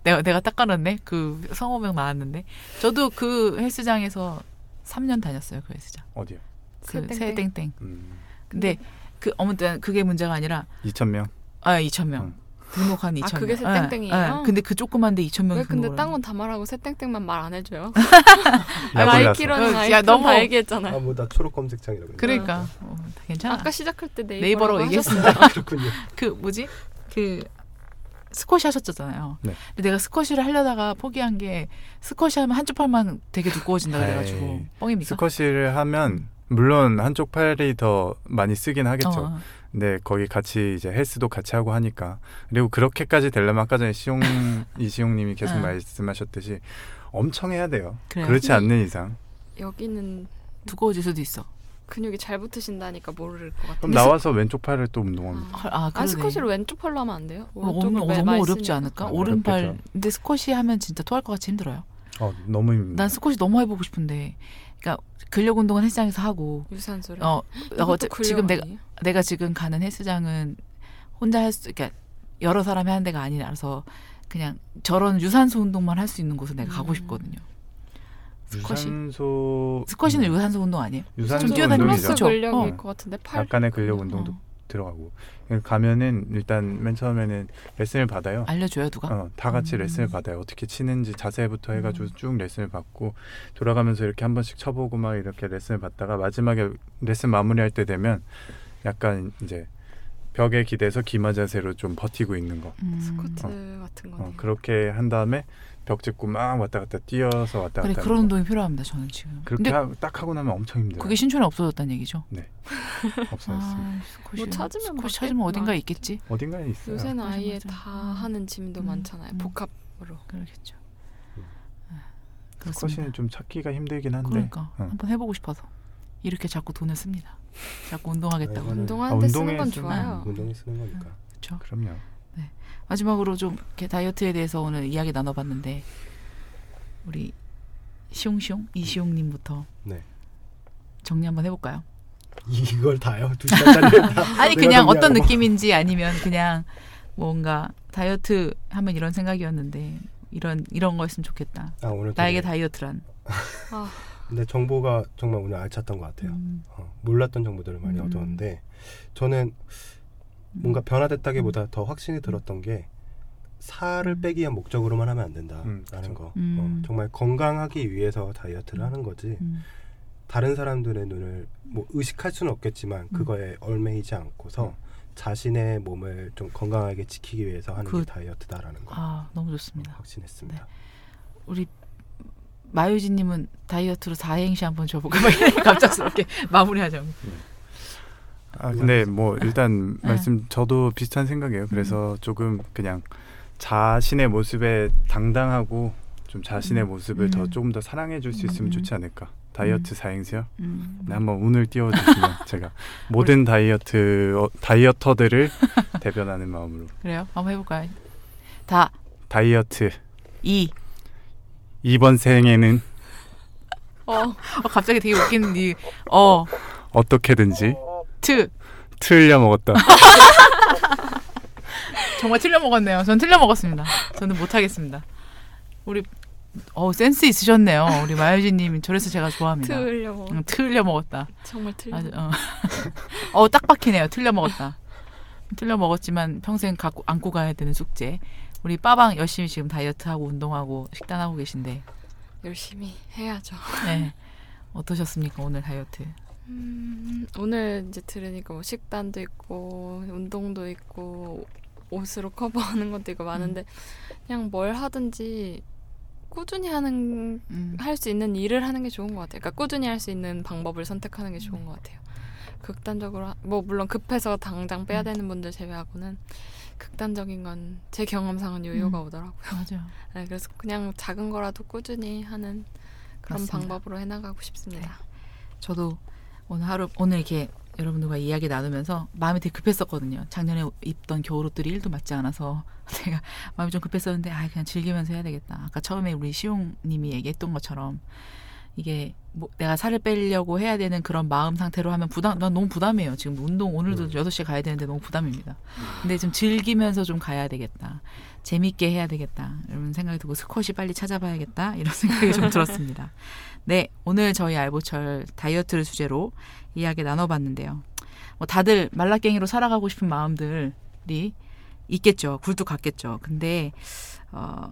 내가 내가 딱 깔았네. 그 성호명 나왔는데 저도 그 헬스장에서 3년 다녔어요. 그 헬스장. 어디요? 그 새땡땡. 네. 새땡땡. 음, 근데 그 어머튼 그게 문제가 아니라 2천 명. 아 2천 명. 음. 등록한 2천 명. 그게 새땡땡이에요? 근데 그 조그만데 2천 명이 왜 근데 등록을 딴 하는 건 다 말하고 새땡땡만 말 안 해줘요? 약 올라서. 라이키로는 야, 아이키 너무- 어. 다 얘기했잖아요. 아 뭐 나 초록 검색창이라고. 거야. 그랬나? 그러니까 어, 다 괜찮아. 아까 시작할 때 네이버라고 네이버라고 얘기했어요. 하셨어요. 그렇군요. 그 뭐지? 그 스쿼시 하셨잖아요. 네. 근데 내가 스쿼시를 하려다가 포기한 게 스쿼시 하면 한쪽 팔만 되게 두꺼워진다 그래가지고 에이, 뻥입니까? 스쿼시를 하면 물론 한쪽 팔이 더 많이 쓰긴 하겠죠. 어, 어. 근데 거기 같이 이제 헬스도 같이 하고 하니까 그리고 그렇게까지 되려면 아까 전에 시용 이시용님이 계속 응. 말씀하셨듯이 엄청 해야 돼요. 네. 그래요. 그렇지 이- 않는 이상 여기는 두꺼워질 수도 있어. 근육이 잘 붙으신다니까 모를 것 같아요. 그럼 나와서 음. 왼쪽 팔을 또 운동합니다. 아, 헐, 아, 아 그러네. 스쿼시를 왼쪽 팔로 하면 안 돼요? 어, 오른쪽이 너무, 매- 너무 많이 어렵지 쓰니까. 않을까? 아, 오른팔. 어렵겠죠. 근데 스쿼시 하면 진짜 토할 것 같이 힘들어요. 어, 너무 힘듭니다. 아. 난 스쿼시 너무 해보고 싶은데, 그러니까 근력 운동은 헬스장에서 하고, 유산소를. 어, 이것도 어째- 근력 지금 내가 아니에요? 내가 지금 가는 헬스장은 혼자 할 수, 그러니까 여러 사람이 하는 데가 아니라서 그냥 저런 유산소 운동만 할 수 있는 곳을 내가 가고 음. 싶거든요. 스쿼시. 유산소 스쿼시는 음, 유산소 운동 아니에요? 유산소 좀 뛰어다니는 운동이죠. 그렇죠. 플러스 근력일 어. 것 같은데 팔. 약간의 근력 운동도 어. 들어가고 그러니까 가면은 일단 맨 처음에는 레슨을 받아요. 알려줘요 누가? 어, 다 같이 음. 레슨을 받아요. 어떻게 치는지 자세부터 해가지고 쭉 레슨을 받고 돌아가면서 이렇게 한 번씩 쳐보고 막 이렇게 레슨을 받다가 마지막에 레슨 마무리할 때 되면 약간 이제 벽에 기대서 기마 자세로 좀 버티고 있는 거. 음. 스쿼트 같은 어, 거네요. 그렇게 한 다음에 벽 짚고 막 왔다 갔다 뛰어서 왔다 그래 그런 갔다. 하는 거. 운동이 필요합니다 저는 지금. 네, 그렇게 근데 하- 딱 하고 나면 엄청 힘들어요. 그게 아, 신촌에 없어졌다는 얘기죠? 없어졌습니다. 스쿼시. 뭐 찾으면 스쿼시 맞겠구나. 찾으면 어딘가 에 있겠지. 어딘가에 있어요. 요새는 맞아, 아예 맞아. 다 음. 하는 짐도 음. 많잖아요. 음. 복합으로. 그러겠죠. 음. 아, 그렇습니다. 스쿼시는 좀 찾기가 힘들긴 한데 그러니까 응. 한번 해보고 싶어서 이렇게 자꾸 돈을 씁니다. 자꾸 운동하겠다고. 아이고. 운동하는데 아, 쓰는 건 운동에 쓰는 좋아요. 운동이 쓰는 거니까. 그렇죠. 그럼요. 마지막으로 좀 이렇게 다이어트에 대해서 오늘 이야기 나눠봤는데 우리 시옹시옹 이시옹님부터 네. 정리 한번 해볼까요? 이걸 다요. 두 시간짜리. 다 아니 내가 그냥 정리하고. 어떤 느낌인지 아니면 그냥 뭔가 다이어트 하면 이런 생각이었는데 이런 이런 거였으면 좋겠다. 아 오늘 되게- 나에게 다이어트란. 아, 근데 정보가 정말 오늘 알찼던 것 같아요. 음, 어, 몰랐던 정보들을 많이 음. 얻었는데 저는 뭔가 음. 변화됐다기보다 더 확신이 들었던 게 살을 빼기 위한 목적으로만 하면 안 된다라는 음, 그쵸. 거. 음. 어, 정말 건강하기 위해서 다이어트를 하는 거지. 음, 다른 사람들의 눈을 뭐 의식할 수는 없겠지만 음. 그거에 얼매이지 않고서 음. 자신의 몸을 좀 건강하게 지키기 위해서 하는 그- 게 다이어트다라는 거 아 너무 좋습니다. 확신했습니다. 우리 마유진님은 다이어트로 사행시 한번 줘볼까? 막 이렇게 갑작스럽게 마무리하자고. 네. 아 근데 뭐 일단 네. 음. 말씀 저도 비슷한 생각이에요. 그래서 조금 그냥 자신의 모습에 당당하고 좀 자신의 음. 모습을 음. 더 조금 더 사랑해 줄 수 있으면 음. 좋지 않을까. 다이어트 사행시요. 음. 네, 한번 운을 띄워주시면 제가 모든 다이어트 어, 다이어터들을 대변하는 마음으로 그래요? 한번 해볼까요? 다 다이어트 이. 이번 생에는 어, 어, 갑자기 되게 웃기는 이 어, 어떻게든지 트. 틀려 먹었다. 정말 틀려 먹었네요. 전 틀려 먹었습니다. 저는 못 하겠습니다. 우리 어, 센스 있으셨네요. 우리 마유진 님. 저래서 제가 좋아합니다. 음. 틀려고. 응, 틀려 먹었다. 정말 틀려. 아주 어. 어, 딱 박히네요. 틀려 먹었다. 틀려 먹었지만 평생 갖고 안고 가야 되는 숙제. 우리 빠방 열심히 지금 다이어트하고 운동하고 식단하고 계신데. 열심히 해야죠. 네. 어떠셨습니까? 오늘 다이어트. 음, 오늘 이제 들으니까 뭐 식단도 있고 운동도 있고 옷으로 커버하는 것도 있고 많은데 그냥 뭘 하든지 꾸준히 하는 음. 할 수 있는 일을 하는 게 좋은 것 같아요. 그러니까 꾸준히 할 수 있는 방법을 선택하는 게 좋은 것 같아요. 극단적으로 하- 뭐 물론 급해서 당장 빼야 음. 되는 분들 제외하고는 극단적인 건 제 경험상은 요요가 음. 오더라고요. 맞아요. 네, 그래서 그냥 작은 거라도 꾸준히 하는 그런 맞습니다. 방법으로 해나가고 싶습니다. 저도 오늘 하루 오늘 이렇게 여러분들과 이야기 나누면서 마음이 되게 급했었거든요. 작년에 입던 겨울옷들이 일도 맞지 않아서 제가 마음이 좀 급했었는데 아 그냥 즐기면서 해야 되겠다. 아까 처음에 우리 시용님이 얘기했던 것처럼 이게 뭐 내가 살을 빼려고 해야 되는 그런 마음 상태로 하면 부담 난 너무 부담이에요. 지금 운동 오늘도 음. 여 6시에 가야 되는데 너무 부담입니다. 근데 좀 즐기면서 좀 가야 되겠다. 재밌게 해야 되겠다. 이런 생각이 들고 스쿼시 빨리 찾아봐야겠다. 이런 생각이 좀 들었습니다. 네, 오늘 저희 알보철 다이어트를 주제로 이야기 나눠봤는데요. 뭐 다들 말라깽이로 살아가고 싶은 마음들이 있겠죠. 굴뚝 같겠죠. 근데 어,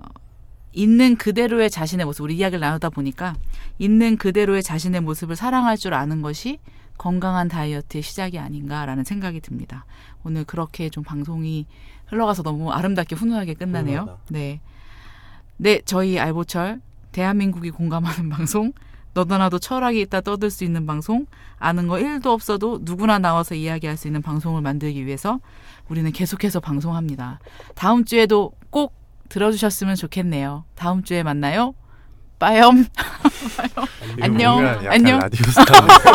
있는 그대로의 자신의 모습 우리 이야기를 나누다 보니까 있는 그대로의 자신의 모습을 사랑할 줄 아는 것이 건강한 다이어트의 시작이 아닌가라는 생각이 듭니다. 오늘 그렇게 좀 방송이 흘러가서 너무 아름답게 훈훈하게 끝나네요. 훈훈하다. 네. 네, 저희 알보철 대한민국이 공감하는 방송 너도 나도 철학이 있다 떠들 수 있는 방송 아는 거 1도 없어도 누구나 나와서 이야기할 수 있는 방송을 만들기 위해서 우리는 계속해서 방송합니다. 다음 주에도 꼭 들어주셨으면 좋겠네요. 다음 주에 만나요. 빠염. 안녕. 안녕. 약간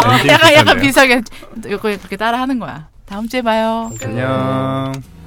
아, 약간 약간 비슷하게 이렇게 따라 하는 거야. 다음 주에 봐요. 안녕.